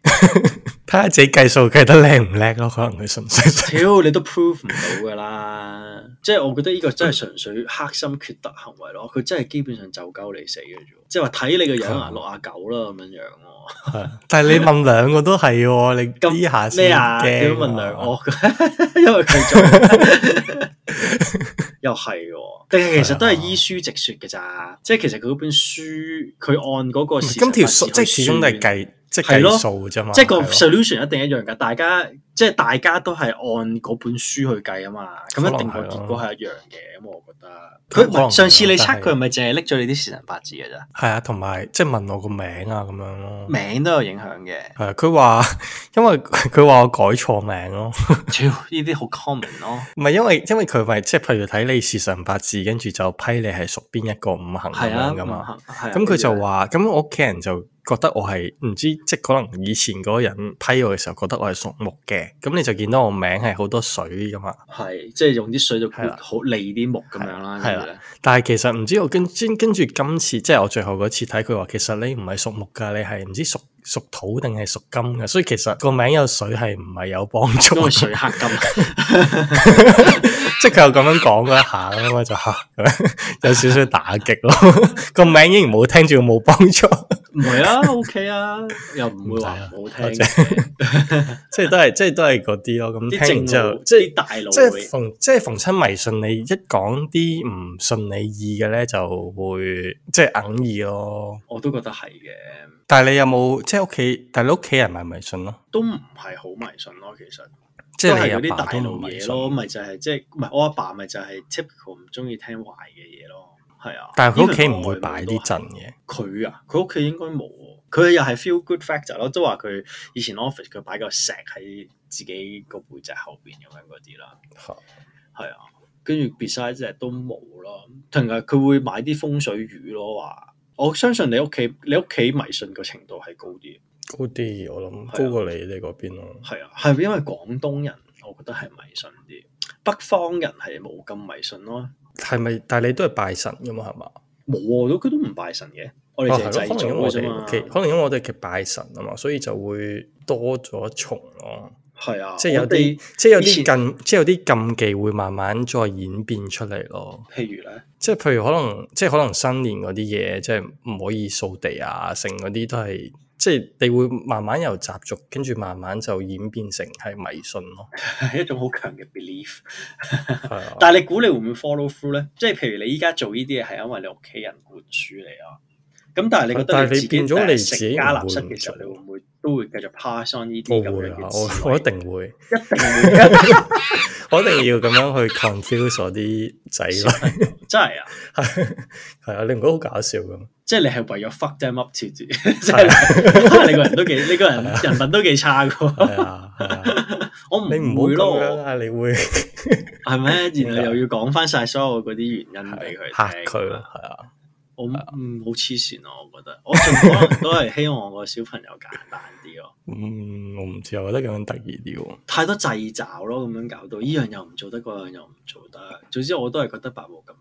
S1: 睇下自己計數計得靚唔叻咯？可能佢純粹想
S2: 屌你都 prove 唔到噶啦，即係我覺得呢個真係純粹黑心缺德行為咯，佢真係基本上就鳩你死嘅啫，即係話睇你個樣啊
S1: 係
S2: 六啊九啦咁樣樣喎，
S1: 係 但係你問兩個都係喎，你
S2: 咁
S1: 呢下先
S2: 咩
S1: 驚
S2: 啊？
S1: 哦
S2: 點問兩我？因為佢做 又係喎，定係其實都係依書直説嘅咋，即係其實佢嗰本書佢按嗰個
S1: 唔
S2: 時
S1: 係咁條數
S2: 數
S1: 即係始終都係計即係
S2: 係咯
S1: 計數啫嘛，
S2: 即係
S1: 係
S2: 個
S1: 咯
S2: solution 一定一樣㗎，大家即係大家都係按嗰本書去計啊嘛，咁一定個結果係一樣嘅，咁我覺得。
S1: 咁可能
S2: 佢上次你
S1: 但
S2: 測
S1: 係
S2: 佢係咪淨係拎咗你啲時辰八字嘅咋？
S1: 係啊，同埋即係問我個名啊咁樣咯。
S2: 名都有影響嘅，
S1: 係啊佢話 因為佢話我改錯名咯，
S2: 屌呢啲好 common 咯，
S1: 唔係因為因為佢咪即係譬如睇你時辰八字，跟住就批你係屬邊一個五行咁
S2: 係啊，
S1: 樣噶
S2: 咁
S1: 嘛。
S2: 啊，係啊
S1: 咁佢就
S2: 呢
S1: 話，咁我屋企人就覺得我係唔知，即係可能以前嗰個人批我嘅時候，覺得我係屬木嘅，咁你就見到我名係好多水噶嘛。
S2: 啲係即係用啲水就
S1: 係啦
S2: 好利啲木咁樣啦，
S1: 係啦啊
S2: 跟住咧
S1: 但係其實唔知我跟跟跟住今次即係我最後嗰次睇佢話，其實你唔係屬木㗎，你係唔知屬屬土定係屬金㗎，所以其實個名有水係唔係有幫助
S2: 因為
S1: 嘅？
S2: 水黑金，
S1: 即係佢又咁樣講嗰一下咁我就嚇咁樣 有少少打擊咯。 個名已經冇聽住冇幫助，
S2: 唔係啊，OK 啊，又唔會話唔好聽
S1: 唔使啊
S2: 嘅，
S1: 即係都係即係都係嗰啲咯。咁
S2: 啲
S1: 聽完
S2: 正
S1: 之後
S2: 路，，
S1: 即係
S2: 啲大佬
S1: 即係
S2: 會
S1: 逢即係逢親迷信你一講啲唔順你意嘅咧，就會即係硬意咯。
S2: 我都覺得係嘅。
S1: 但係你有冇即係屋企？但係你屋企人咪迷信咯？
S2: 都唔係好迷信咯，其實
S1: 即
S2: 都
S1: 係
S2: 係嗰
S1: 你
S2: 啲
S1: 阿爸
S2: 大
S1: 都唔
S2: 路
S1: 迷
S2: 嘢
S1: 信
S2: 咯，。咪就係即係唔係我阿爸咪就係 typical 唔中意聽壞嘅嘢咯，係啊。
S1: 但係佢屋企
S2: even
S1: 唔
S2: 我
S1: 會
S2: 外
S1: 擺
S2: 母都
S1: 啲
S2: 係
S1: 陣嘅，
S2: 佢啊，佢屋企應該冇喎。佢又係 feel good factor 咯，都話佢以前 office 佢擺個石喺自己個背脊後邊咁樣嗰啲啦，
S1: 嚇
S2: 係啊。跟住 beside 隻都冇咯，同埋佢會買啲風水魚咯，話我相信你屋企你屋企迷信個程度係高啲，
S1: 高啲我諗
S2: 係啊
S1: 高過你哋嗰邊咯。
S2: 係啊，係因為廣東人我覺得係迷信啲，北方人係冇咁迷信咯。
S1: 係咪？但係你都係拜神噶嘛？係嘛？
S2: 冇喎，都佢都唔拜神嘅，我哋
S1: 哦，
S2: 淨係
S1: 係
S2: 祭
S1: 咯，可
S2: 祖
S1: 能因為我
S2: 嘅啫
S1: 哋
S2: 嘛
S1: 屋。企，可能因為我哋嘅拜神啊嘛，所以就會多咗一重咯。
S2: 係啊，
S1: 即係有
S2: 我哋
S1: 啲，即係有
S2: 以前
S1: 啲禁，即係有啲禁忌會慢慢再演變出嚟咯。
S2: 譬如咧。
S1: 即係譬如可能，即係可能新年嗰啲嘢，即係唔可以掃地啊，剩嗰啲都係，即係你會慢慢由習俗，跟住慢慢就演變成係迷信咯。
S2: 係一種好強嘅 belief。
S1: 係啊，
S2: 但係你估你會唔會 follow through 咧？即係譬如你依家做呢啲嘢係因為你屋企人灌輸你啊。咁但係你覺
S1: 但
S2: 得
S1: 係
S2: 你
S1: 你
S2: 自己
S1: 變咗
S2: 誒
S1: 你自己
S2: 成家
S1: 唔
S2: 立
S1: 會
S2: 室
S1: 唔
S2: 嘅時候，你
S1: 做
S2: 會唔會都會繼續 pass on 呢啲咁
S1: 我會
S2: 樣
S1: 啊
S2: 嘅，智
S1: 我
S2: 慧？
S1: 我一定會，
S2: 一定會嘅，
S1: 我一定要咁樣去 confuse 我啲仔女。
S2: 真係啊！
S1: 係啊，你唔覺得好搞笑咁？
S2: 即係你係為咗 fuck them up to 即
S1: 啊
S2: 係你你個人都幾，你個人人品都幾差嘅喎。
S1: 係啊，係啊，
S2: 我
S1: 你唔好
S2: 會咯，
S1: 咁樣
S2: 我
S1: 啊！你 會
S2: 係咩？然後又要講翻晒所有嗰啲原因俾佢聽
S1: 嚇佢咯，係啊。
S2: 我嗯好黐線咯，我覺得我盡可能都係希望我個小朋友簡單啲咯，
S1: 嗯，我唔知，我覺得咁樣得意啲喎。
S2: 太多掣肘咯，咁樣搞到依樣又唔做得，嗰樣又唔做得，總之我都係覺得百無禁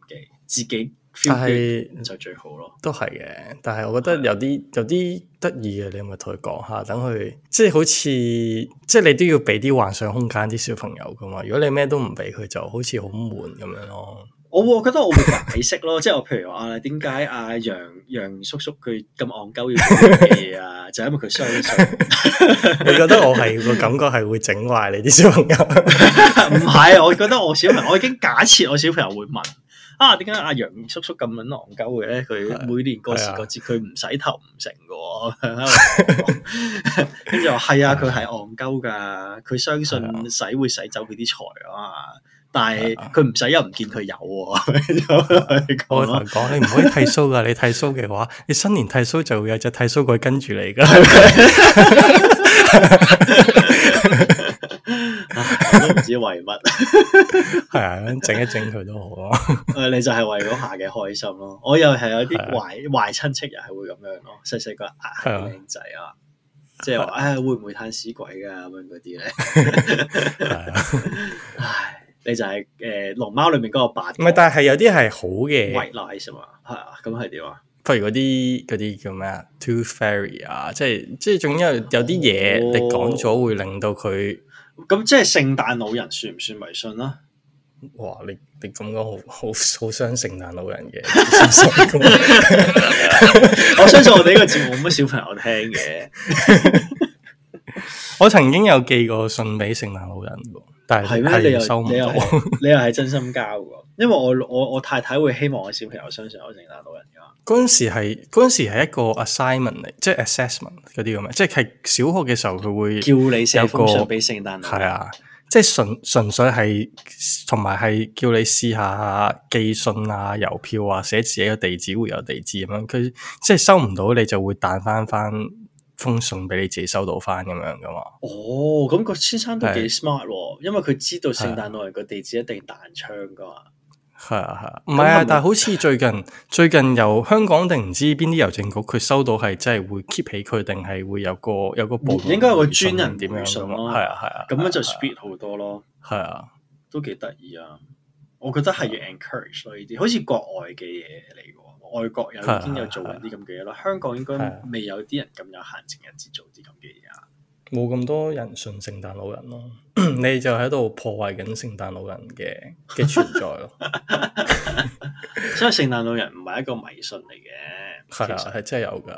S2: 忌，自己 feel
S1: 但
S2: good
S1: 係嗯
S2: 就最好咯。
S1: 都係嘅，但係我覺
S2: 啊
S1: 得有啲有啲得意嘅，你咪同佢講下，等佢即係好似即係你都要俾啲幻想空間啲小朋友噶嘛。如果你咩都唔俾佢，就好似好悶咁樣咯。
S2: 我會我覺得我會解釋咯，即係我譬如話啊，點解阿楊楊叔叔佢咁戇鳩要做呢樣嘢啊？就係因為佢相信，
S1: 你覺得我係個感覺係會整壞你啲小朋友？
S2: 唔係，我覺得我小朋友，我已經假設我小朋友會問啊，點解阿楊叔叔咁撚戇鳩嘅咧？佢每年過時過節，佢唔洗頭唔成嘅喎。 跟住我話係啊，佢係戇鳩㗎，佢相信洗會洗走佢啲財啊嘛。但係啊佢唔洗又唔見佢有 喎，就
S1: 我會
S2: 講
S1: 同
S2: 咯
S1: 佢講，你唔可以剃鬚噶，你剃鬚嘅話，你新年剃鬚就會有隻剃鬚鬼跟住你噶。
S2: 唉我都唔知為乜。
S1: 係啊，整一整佢都好啊。
S2: 誒，你就係為嗰下嘅開心咯。 我又係有啲
S1: 係啊
S2: 壞壞親戚又係會咁樣咯，細細個
S1: 係
S2: 呃
S1: 啊
S2: 僆仔啊，即係話唉會唔會攤屎鬼㗎咁樣嗰啲咧？
S1: 係啊。
S2: 唉，你就係誒龍貓裏面嗰個八
S1: 唔係，但係有啲係好嘅，
S2: white lies 啊嘛，係啊，咁係點啊？
S1: 譬如嗰啲嗰啲叫咩啊，tooth fairy 啊，即係即係總之有有啲嘢
S2: 哦
S1: 你講咗會令到佢，
S2: 咁即係聖誕老人算唔算迷信啊啦？
S1: 哇！你你咁講好好好傷聖誕老人嘅小心咁
S2: 我相信我哋呢個節目冇乜小朋友聽 嘅，
S1: 我曾經有寄過信俾聖誕老人喎，但
S2: 係
S1: 係
S2: 咩？你
S1: 係
S2: 又
S1: 收唔
S2: 你又
S1: 到。
S2: 係你又係真心交㗎？因為我我我太太會希望我小朋友相信我聖誕老人㗎嘛。
S1: 嗰陣時係嗰陣時係一個 assignment 嚟，即係 assessment 嗰啲咁嘅，即係小學嘅時候佢會
S2: 叫你寫封
S1: 有個
S2: 信俾聖誕老
S1: 係
S2: 人，
S1: 啊，即係純純粹係同埋係叫你試下寄信啊、郵票啊、寫自己嘅地址、會有地址咁樣。佢即係收唔到，你就會彈翻翻封信俾你自己收到翻咁樣噶嘛。
S2: 哦，咁個先生都幾
S1: 係
S2: smart 喎，因為佢知道聖誕老人個地址一定彈窗噶嘛。
S1: 係啊係啊，唔係啊，但係好似最近最近由香港定唔知邊啲郵政局，佢收到係真係會 keep 起佢，定係會有個有個部門
S2: 應該有個
S1: 回信
S2: 專人
S1: 定點
S2: 回
S1: 樣
S2: 信
S1: 噶嘛
S2: 咯
S1: 係啊係啊，
S2: 咁樣就
S1: 係啊
S2: speed 好多咯，
S1: 係啊。
S2: 都幾得意啊！我覺得係要 encourage 咯，呢啲好似國外嘅嘢嚟嘅喎，外國有已經有做緊啲咁嘅嘢咯，香港應
S1: 係
S2: 該
S1: 啊
S2: 未有啲人咁有閒情日子做啲咁嘅嘢啊。
S1: 冇咁多人信聖誕老人咯， 你就喺度破壞緊聖誕老人嘅嘅存在 咯，
S2: 所以聖誕老人唔係一個迷信嚟嘅，其
S1: 係
S2: 實
S1: 啊，係真係有 噶，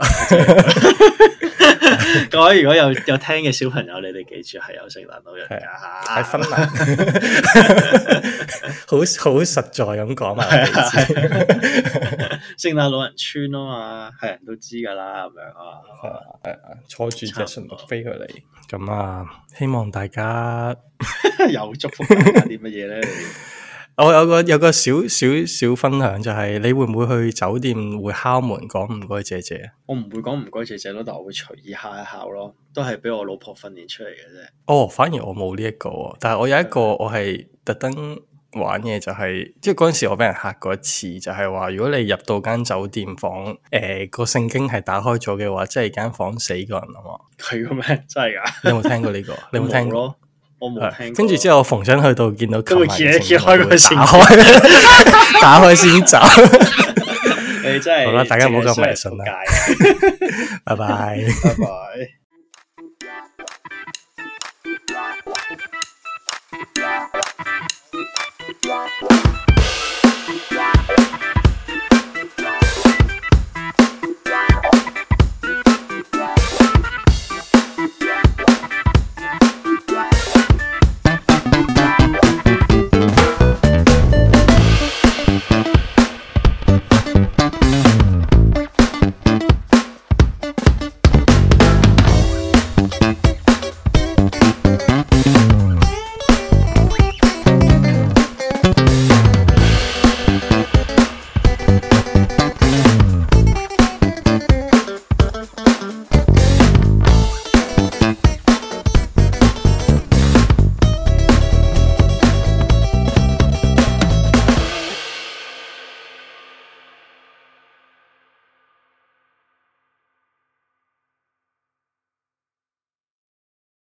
S2: 各位如果有有聽嘅小朋友，你哋記住係有聖誕老人㗎
S1: 係啊
S2: 嚇。
S1: 喺芬 蘭，啊 好好實在咁講埋俾你知，
S2: 啊聖誕老人村啊嘛，係人都知㗎啦，咁樣 啊。
S1: 係啊係啊，坐住只
S2: 差唔
S1: 純
S2: 多
S1: 綠飛佢嚟。咁啊，希望大家，
S2: 又祝福大家啲乜嘢咧？
S1: 我有個有個小小小分享就係，你會唔會去酒店會敲門講唔該姐姐？
S2: 我唔會講唔該謝謝咯，但我會隨意敲一敲咯，都係俾我老婆訓練出嚟嘅啫。
S1: 哦，反而我冇呢一個喎，但係我有一個我係特登玩嘢，就係即係嗰陣時我俾人嚇過一次，就係話如果你入到間酒店房，誒個聖經係打開咗嘅話，即係間房死個人啊嘛！
S2: 佢咁咩？真係㗎？
S1: 你有冇聽過呢個？你有冇聽過？
S2: 咯？我冇
S1: 係
S2: 聽過。
S1: 跟住之
S2: 後
S1: 後，逢親去到見到
S2: 都會
S1: 琴晚
S2: 揭揭開個
S1: 嘅聖經
S2: 聖
S1: 我會打開 打開先走，
S2: 你真係
S1: 好啦大家唔好咁迷
S2: 淨係
S1: 信啦
S2: 衰人仆街
S1: 拜
S2: 啊
S1: 拜。
S2: 拜拜。